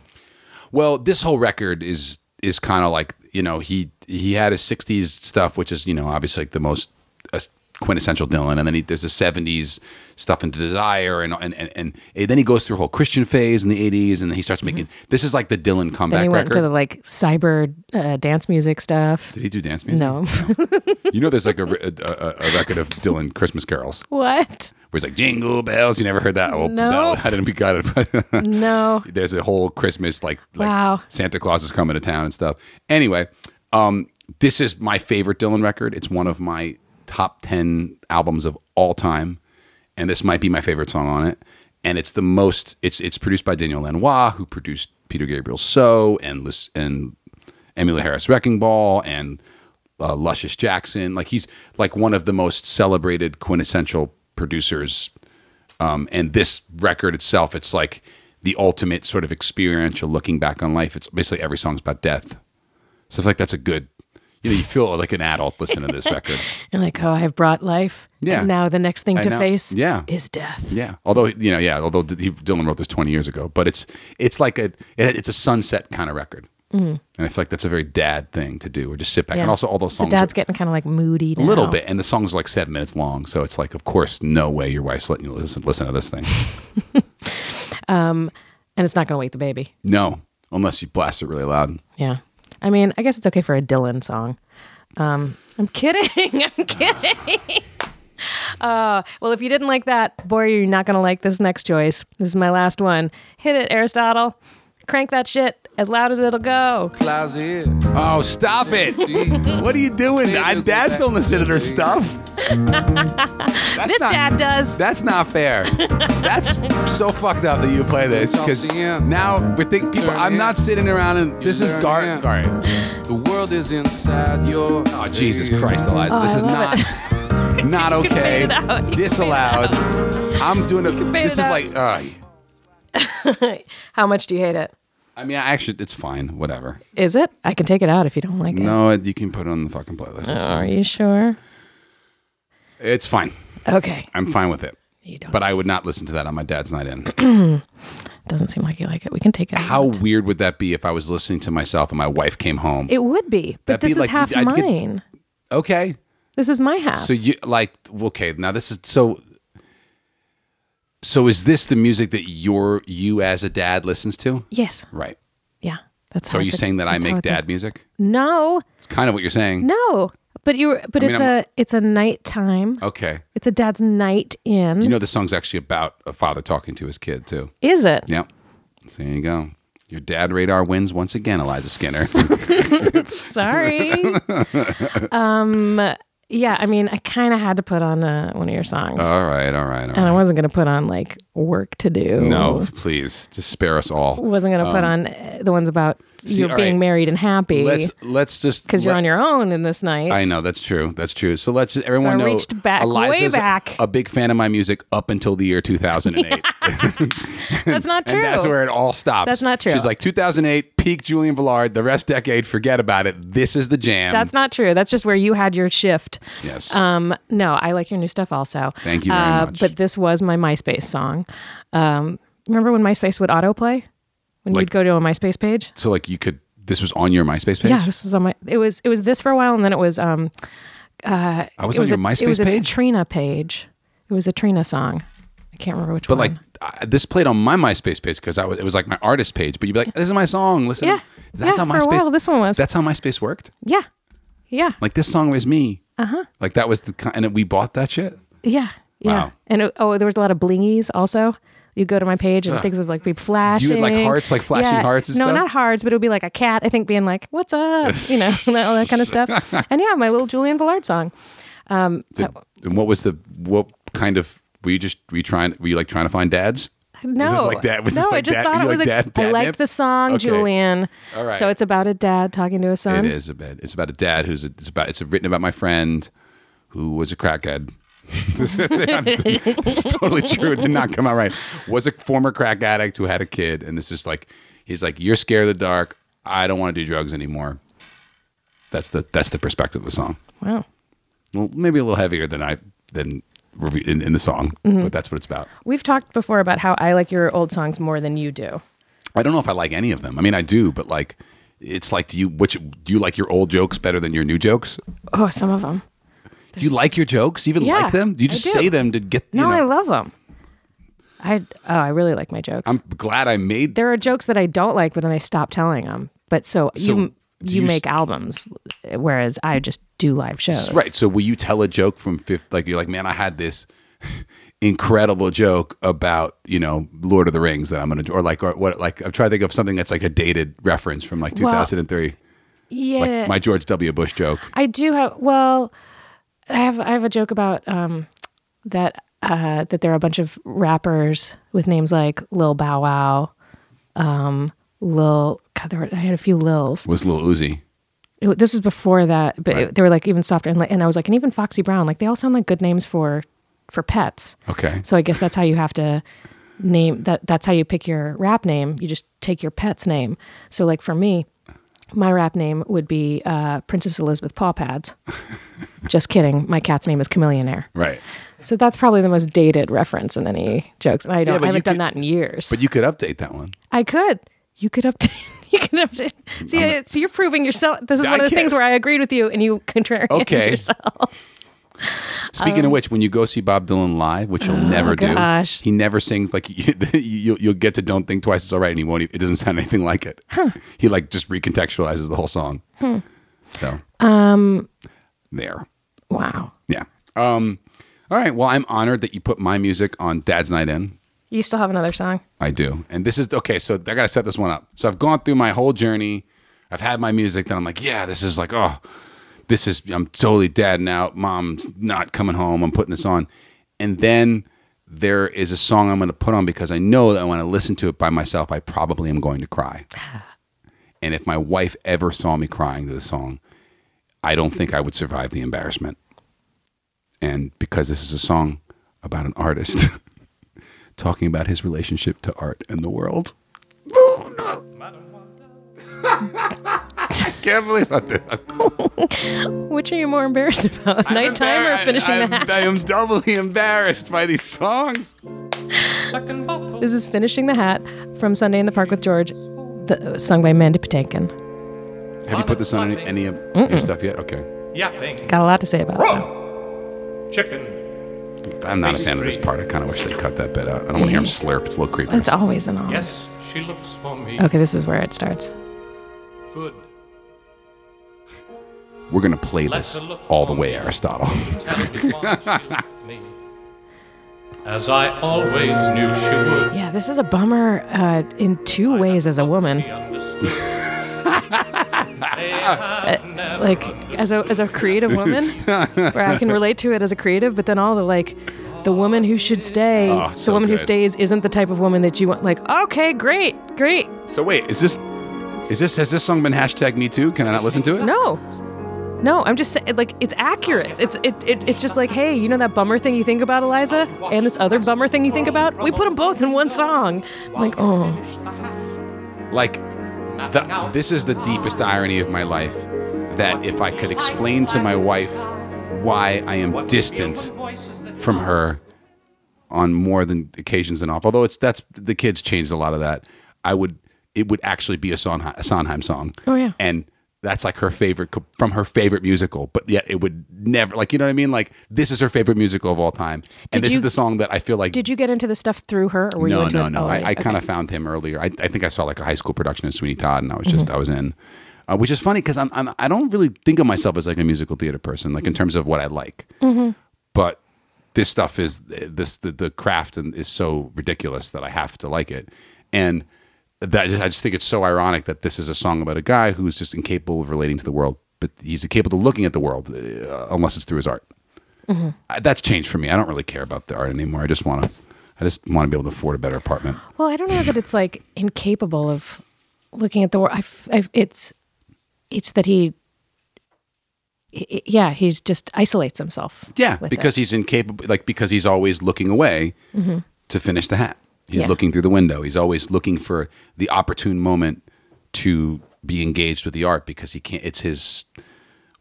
S2: Well, this whole record is is kind of like you know he he had his '60s stuff, which is you know obviously like the most uh, quintessential Dylan, and then he, there's the '70s stuff into Desire, and and, and and and then he goes through a whole Christian phase in the '80s, and then he starts making this is like the
S1: Mm-hmm.
S2: Dylan
S1: Then
S2: comeback
S1: he went
S2: record.
S1: into the like cyber uh, dance music stuff.
S2: [LAUGHS] Did he do dance music?
S1: No, [LAUGHS]
S2: You know, there's like a, re- a, a, a record of Dylan Christmas carols
S1: what?
S2: where he's like Jingle Bells. You never heard that? Oh,
S1: No.
S2: I didn't. We got it.
S1: No.
S2: there's a whole Christmas like, like
S1: Wow.
S2: Santa Claus is coming to town and stuff. Anyway, um, this is my favorite Dylan record. It's one of my top ten albums of all time, and this might be my favorite song on it. And it's the most. It's it's produced by Daniel Lanois, who produced Peter Gabriel's So and Lus- and Emmylou Harris Wrecking Ball and uh, Luscious Jackson. Like he's like one of the most celebrated quintessential producers um, and this record itself, it's like the ultimate sort of experiential looking back on life. It's basically every song's about death. So I feel like that's a good, you know, you feel like an adult
S1: [LAUGHS]
S2: listening to this record.
S1: And like, oh, I've brought life.
S2: Yeah.
S1: And now the next thing
S2: I
S1: to
S2: know.
S1: face
S2: Yeah.
S1: is death.
S2: Yeah. Although you know, yeah. Although D- he, Dylan wrote this twenty years ago, but it's it's like a it, it's a sunset kind of record, mm. and I feel like that's a very dad thing to do, or just sit back.
S1: Mm-hmm. Yeah.
S2: And also, all those
S1: So
S2: songs
S1: dad's
S2: are
S1: getting kind of like moody
S2: a little
S1: now.
S2: bit, and the songs are like seven minutes long, so it's like, of course, no way your wife's letting you listen listen to
S1: [LAUGHS]
S2: this thing.
S1: And it's not going to wake the baby.
S2: no, unless you blast it really loud.
S1: Yeah. I mean, I guess it's okay for a Dylan song. Um, I'm kidding. [LAUGHS] I'm kidding. [LAUGHS] Uh, well, if you didn't like that, boy, you're not going to like this next choice. This is my last one. Hit it, Aristotle. Crank that shit as loud as it'll go.
S4: Lousy here.
S2: Oh, stop it! [LAUGHS] what are you doing? I, dads don't listen to their stuff. [LAUGHS] That's
S1: This
S2: not,
S1: dad does. [LAUGHS]
S2: That's not fair. That's so fucked up that you play this because now we think people. I'm not sitting around and this is gar. All right.
S4: The world is inside your.
S2: Oh Jesus Christ, Eliza!
S1: Oh,
S2: this
S1: I
S2: is
S1: love
S2: not
S1: [LAUGHS]
S2: not okay.
S1: fade it out. You can
S2: Disallowed. I'm doing a.
S1: fade
S2: This
S1: it
S2: is
S1: out.
S2: like. Uh,
S1: How much do you hate it?
S2: I mean, I actually, it's fine. Whatever.
S1: Is it? I can take it out if you don't like it.
S2: No, you can put it on the fucking playlist. It's
S1: Are you sure?
S2: It's fine.
S1: Okay.
S2: I'm fine with it.
S1: You don't.
S2: But I would not listen to that on my dad's night in.
S1: Doesn't seem like you like it. We can take it. out.
S2: How weird would that be if I was listening to myself and my wife came home?
S1: It would be, but
S2: That'd be
S1: this is
S2: like-
S1: half
S2: I'd get-
S1: mine.
S2: okay.
S1: This is my half.
S2: So you like okay, now this is so So is this the music that your you as a dad listens to?
S1: yes.
S2: Right.
S1: Yeah. That's
S2: So
S1: how
S2: are you
S1: it's-
S2: saying that I
S1: that's how
S2: make
S1: it's a-
S2: dad music?
S1: No,
S2: It's kind of what you're saying.
S1: no. But you. were- But
S2: I mean,
S1: it's
S2: I'm-
S1: a. It's a nighttime.
S2: Okay.
S1: It's a dad's night in.
S2: You know the song's actually about a father talking to his kid too.
S1: is it?
S2: [LAUGHS] Yep. So there you go. Your dad radar wins once again,
S1: [LAUGHS]
S2: Eliza Skinner. [LAUGHS]
S1: Sorry. um. Yeah. I mean, I kind of had to put on uh, one of your songs,
S2: all right, all right, all
S1: and I
S2: right.
S1: wasn't gonna put on like work to do.
S2: No, please, just spare us all.
S1: Wasn't gonna put on uh, the ones about
S2: see,
S1: you're
S2: all
S1: being
S2: right.
S1: married and happy
S2: Let's let's just
S1: because you're
S2: let-
S1: on your own in this night.
S2: I know that's true. That's true. So let's just, everyone
S1: So I
S2: know
S1: reached back, way
S2: Eliza's a-
S1: back.
S2: A, big fan of my music up until the
S1: [LAUGHS]
S2: year 2008.
S1: that's not true.
S2: [LAUGHS] And that's where it all stops.
S1: That's not true.
S2: She's like 2008 peak Julian Villard. The rest decade, forget about it. This is the jam.
S1: That's not true. That's just where you had your shift.
S2: yes.
S1: Um, no, I like your new stuff also.
S2: Thank you very
S1: uh,
S2: much.
S1: But this was my MySpace song. Um, remember when MySpace would autoplay? When
S2: Like-
S1: you'd go to a MySpace page?
S2: so like you could This was on your MySpace page.
S1: Yeah, this was on my. It was it was this for a while, and then it was um. Uh,
S2: I was
S1: it
S2: on
S1: was
S2: your
S1: a,
S2: MySpace
S1: It was a
S2: page?
S1: Trina page. It was a Trina song. I can't remember which
S2: but
S1: one.
S2: like I, this played on my MySpace page because I was it was like my artist page. But you'd be like, "This is my song. Listen."
S1: Yeah.
S2: That's
S1: Yeah,
S2: how
S1: for a
S2: MySpace.
S1: while, this one was.
S2: That's how MySpace worked.
S1: yeah, yeah,
S2: Like this song was me. Uh
S1: Uh-huh.
S2: huh. Like that was the ki- and we bought that shit.
S1: yeah, yeah.
S2: Wow.
S1: And it, oh, there was a lot of blingies also. You go to my page and things would like be flashing.
S2: hearts, like flashing
S1: Yeah.
S2: hearts and
S1: no,
S2: stuff?
S1: not hearts, but it would be like a cat. I think being like, "What's
S2: [LAUGHS]
S1: up?" You know, [LAUGHS] and all that kind of stuff. And yeah, my little Julian Villard song.
S2: Did- and what was the what kind of were you just were you trying were you like trying to find dads?
S1: No,
S5: like dad- was
S1: no,
S5: this
S1: I
S5: like
S1: just
S5: dad-
S1: thought
S5: you
S1: it was
S5: like
S1: a-
S5: dad- dad
S1: I like
S5: nip?
S1: the song
S5: Okay.
S1: Julian.
S2: All right.
S1: So it's about a dad talking to a son.
S2: It is a bit. It's about a dad who's a, it's about it's written about my friend who was a crackhead. [LAUGHS] it's totally true. It did not come out right. Was a former crack addict who had a kid, and this is like he's like you're scared of the dark. I don't want to do drugs anymore. That's the that's the perspective of the song.
S1: Wow.
S2: Well, maybe a little heavier than I than review- in, in the song, but that's what it's about.
S1: We've talked before about how I like your old songs more than you do.
S2: I don't know if I like any of them. I mean, I do, but like, it's like, do you which do you like your old jokes better than your new jokes?
S1: Oh, some of them.
S2: Do you like your jokes? Even
S1: Yeah,
S2: like them? Do you
S1: I
S2: just
S1: do.
S2: say them to get? You
S1: No,
S2: know,
S1: I love them. I oh, I really like my jokes.
S2: I'm glad I made.
S1: there are jokes that I don't like, but then I stop telling them. But so,
S2: So,
S1: you
S2: do
S1: you
S2: you s-
S1: make albums, whereas I just do live shows.
S2: Right. So will you tell a joke from fifth? Like you're like, man, I had this [LAUGHS] incredible joke about you know Lord of the Rings that I'm gonna do, or like or what like I'm trying to think of something that's like a dated reference from like
S1: Well,
S2: 2003,
S1: Yeah.
S2: like my George W. Bush joke.
S1: I do have well, I have I have a joke about um that uh that there are a bunch of rappers with names like Lil Bow Wow, um Lil God, there were, I had a few Lils.
S2: Was Lil Uzi?
S1: It- this was before that, but it, they were like even softer and like, and I was like and even Foxy Brown, like they all sound like good names for for pets.
S2: Okay.
S1: So I guess that's how you have to name that that's how you pick your rap name. You just take your pet's name. So like for me, my rap name would be uh, Princess Elizabeth Paw
S2: [LAUGHS]
S1: Pads. just kidding. My cat's name is Chameleonaire.
S2: Right.
S1: So that's probably the most dated reference in any jokes. And I don't
S2: but
S1: I
S2: you
S1: haven't done
S2: could-
S1: that in years.
S2: But you could update that one.
S1: I could. You could update [LAUGHS] you could update. See, I, so you're proving yourself. This is
S2: I
S1: one of those
S2: can't-
S1: things where I agreed with you and you contrarian [LAUGHS]
S2: Okay.
S1: yourself.
S2: Speaking of which, when you go see Bob Dylan live, which you'll never
S1: gosh.
S2: do, he never sings like [LAUGHS] you, you'll, you'll get to "Don't Think Twice" it's all right, and he won't. e- It doesn't sound [LAUGHS] anything like it. He like just recontextualizes the whole song. So, um, there,
S1: Wow.
S2: yeah. Um, all right. Well, I'm honored that you put my music on Dad's Night In.
S1: You still have another song?
S2: I do. And this is okay. So I got to set this one up. So I've gone through my whole journey. I've had my music. Then I'm like, yeah, this is like, oh, this is, I'm totally dad now. Mom's not coming home. I'm putting this on. And then there is a song I'm going to put on because I know that when I listen to it by myself, I probably am going to cry. And if my wife ever saw me crying to the song, I don't think I would survive the embarrassment. And because this is a song about an artist [LAUGHS] talking about his relationship to art and the world. [LAUGHS] I can't believe I did.
S1: Which are you more embarrassed [LAUGHS] about, nighttime or finishing
S2: I,
S1: the hat?
S2: I am doubly embarrassed by these songs.
S1: This is finishing the hat from Sunday in the Park with George, the, sung by Mandy Patinkin.
S2: Have you put this on any, any of your stuff yet? Okay.
S6: yapping,
S1: Got a lot to say about it.
S6: chicken,
S2: I'm not a fan of this part. I kind of wish they cut that bit out. I don't want to hear him slurp. It's a little creepy.
S1: It's always an all.
S6: yes, she looks for me,
S1: Okay, this is where it starts.
S6: good,
S2: We're going to play this all the way, Aristotle. [LAUGHS]
S6: tell me why she left me, as I always knew she would.
S1: Yeah, this is a bummer uh, in two ways as a woman.
S6: She understood. They had never
S1: Like as a as a creative
S2: [LAUGHS]
S1: woman, where I can relate to it as a creative, but then all the like, the woman who should stay,
S2: Oh,
S1: the
S2: so
S1: woman who
S2: good.
S1: stays isn't the type of woman that you want. Like, okay, great, great.
S2: so wait, is this is this has this song been hashtag Me Too? Can I not listen to it?
S1: No. No, I'm just saying, like, it's accurate. It's it, it it's just like, hey, you know that bummer thing you think about, Eliza, and this other bummer thing you think about? We put them both in one song. I'm like, oh.
S2: Like, the, this is the deepest irony of my life. That if I could explain to my wife why I am distant from her on more than occasions than off, although it's that's the kids changed a lot of that. I would it would actually be a, Sonheim, a Sondheim song.
S1: Oh, yeah.
S2: And that's like her favorite co- from her favorite musical, but yet it would never like you know what I mean. Like this is her favorite musical of all time, and
S1: Did
S2: this
S1: you-
S2: is the song that I feel like.
S1: Did you get into this stuff through her, or were you
S2: no,
S1: into
S2: no,
S1: it?
S2: no.
S1: Oh,
S2: I,
S1: yeah,
S2: I kind of
S1: okay.
S2: found him earlier. I, I think I saw like a high school production of Sweeney Todd, and I was just
S1: Mm-hmm.
S2: I was in, uh, which is funny because I'm, I'm I don't really think of myself as like a musical theater person,
S1: Mm-hmm.
S2: like in terms of what I like. But this stuff is this the, the craft and is so ridiculous that I have to like it, and that I just think it's so ironic that this is a song about a guy who's just incapable of relating to the world, but he's incapable of looking at the world uh, unless it's through his art. I, that's changed for me. I don't really care about the art anymore. I just want to, I just want to be able to afford a better apartment.
S1: Well, I don't know that it's like incapable of looking at the world. I've, I've, it's it's that he, i- i- yeah, he's just isolates himself.
S2: Yeah,
S1: with
S2: because
S1: it.
S2: he's incapable. Like because he's always looking away to finish the hat. He's
S1: Mm-hmm. Yeah.
S2: looking through the window. He's always looking for the opportune moment to be engaged with the art because he can't. It's his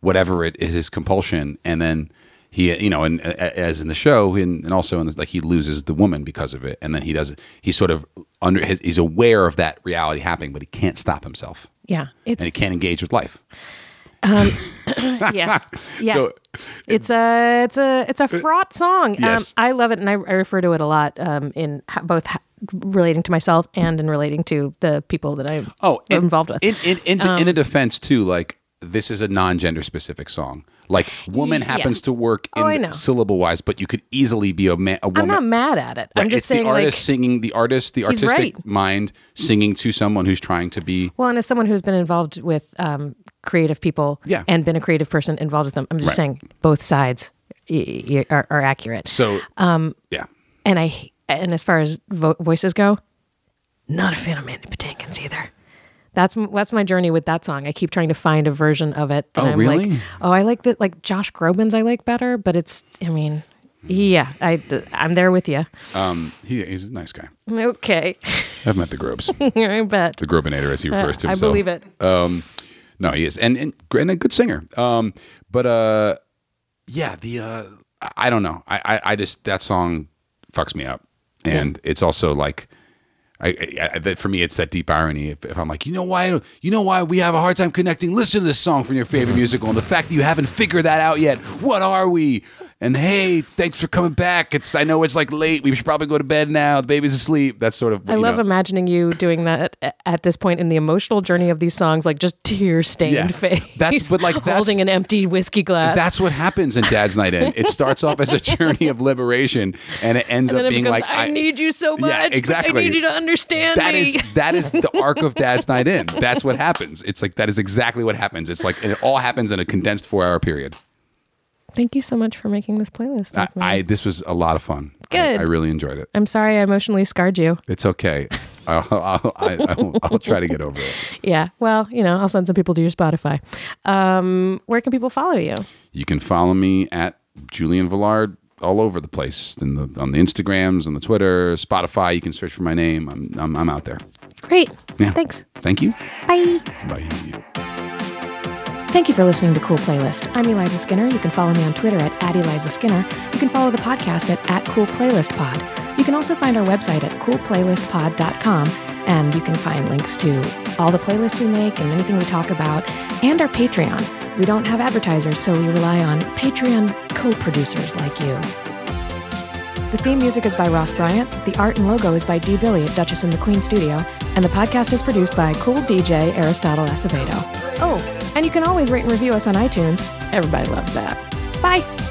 S2: whatever it is his compulsion, and then he, you know, and a- as in the show, and, and also in this, like he loses the woman because of it, and then he does. He's sort of under. His, he's aware of that reality happening, but he can't stop himself,
S1: yeah,
S2: and he
S1: it's
S2: can't engage with life.
S1: yeah, yeah.
S2: [LAUGHS] So
S1: it's a it's a it's a fraught song.
S2: Uh, Yes.
S1: Um, I love it, and I, I refer to it a lot um, in ho- both ho- relating to myself and in relating to the people that I'm
S2: oh in-
S1: involved with. Um,
S2: in in in, in a defense too like this is a non-gender specific song like woman
S1: Y- yeah.
S2: happens to work
S1: Oh, I
S2: in
S1: know.
S2: syllable wise but you could easily be a man a woman
S1: I'm not mad at it. I'm
S2: Right,
S1: just
S2: it's
S1: saying,
S2: the artist
S1: like,
S2: singing the artist the artistic
S1: right.
S2: mind singing to someone who's trying to be
S1: Well, and as someone who's been involved with um, creative people
S2: Yeah.
S1: and been a creative person involved with them, I'm just
S2: Right.
S1: saying both sides y- y- are, are accurate.
S2: so um yeah
S1: And I and as far as vo- voices go, not a fan of Mandy Patinkin's either. That's m- that's my journey with that song. I keep trying to find a version of it. That
S2: Oh,
S1: I'm Like,
S2: really?
S1: oh, I like that. Like Josh Groban's, I like better, but it's. I mean, yeah, I I'm there with you.
S2: um he, he's a nice guy
S1: Okay, [LAUGHS]
S2: i've met the grobes
S1: I bet.
S2: the
S1: [LAUGHS]
S2: grobinator as he refers to
S1: Uh, I
S2: himself
S1: believe it.
S2: Um, No, he is, and and, and a good singer. Um, but uh, yeah, the uh, I- I don't know. I, I I just that song fucks me up, and it's also like. I, I, I, that for me, it's that deep irony. If, if I'm like, you know why, you know why we have a hard time connecting. Listen to this song from your
S1: [LAUGHS]
S2: favorite musical, and the fact that you haven't figured that out yet. What are we? And hey, thanks for coming back. It's I know it's like late. We should probably go to bed now. The baby's asleep. That's sort of.
S1: I
S2: you
S1: love
S2: know.
S1: imagining you doing that at, at this point in the emotional journey of these songs, like just tear stained
S2: Yeah.
S1: [LAUGHS] face.
S2: That's- but, like, that's-
S1: holding an empty whiskey glass.
S2: That's what happens in Dad's Night In. It starts off as a journey of liberation, and it ends
S1: and then
S2: up
S1: it
S2: being
S1: becomes,
S2: like,
S1: I, need you so much. but I
S2: exactly.
S1: need you to understand [LAUGHS]
S2: That
S1: me.
S2: is that is the arc of Dad's Night In. That's what happens. It's like that is exactly what happens. It's like and it all happens in a condensed four-hour period.
S1: Thank you so much for making this playlist.
S2: I,
S1: with me.
S2: I this was a lot of fun. I-
S1: Mm-hmm. Good.
S2: I, really enjoyed it.
S1: I'm sorry I emotionally scarred you.
S2: It's okay. I'll, I'll, I, I'll, I'll try to get over it.
S1: Yeah. Well, you know, I'll send some people to your Spotify. Um, where can people follow you?
S2: You can follow me at Julian Villard all over the place in the, on the Instagrams, on the Twitter, Spotify. You can search for my name. I'm I'm, I'm out there.
S1: Great.
S2: Yeah.
S1: Thanks.
S2: Thank you.
S1: Bye.
S2: Bye.
S1: Thank you for listening to Cool Playlist. I'm Eliza Skinner. You can follow me on Twitter at, at Eliza Skinner. You can follow the podcast at, at Cool Playlist Pod. You can also find our website at coolplaylistpod.com, and you can find links to all the playlists we make and anything we talk about, and our Patreon. We don't have advertisers, so we rely on Patreon co producers like you. The theme music is by Ross Bryant. The art and logo is by D. Billy at Duchess and the Queen Studio. And the podcast is produced by cool DJ Aristotle Acevedo. Oh, and you can always rate and review us on iTunes. Everybody loves that. Bye.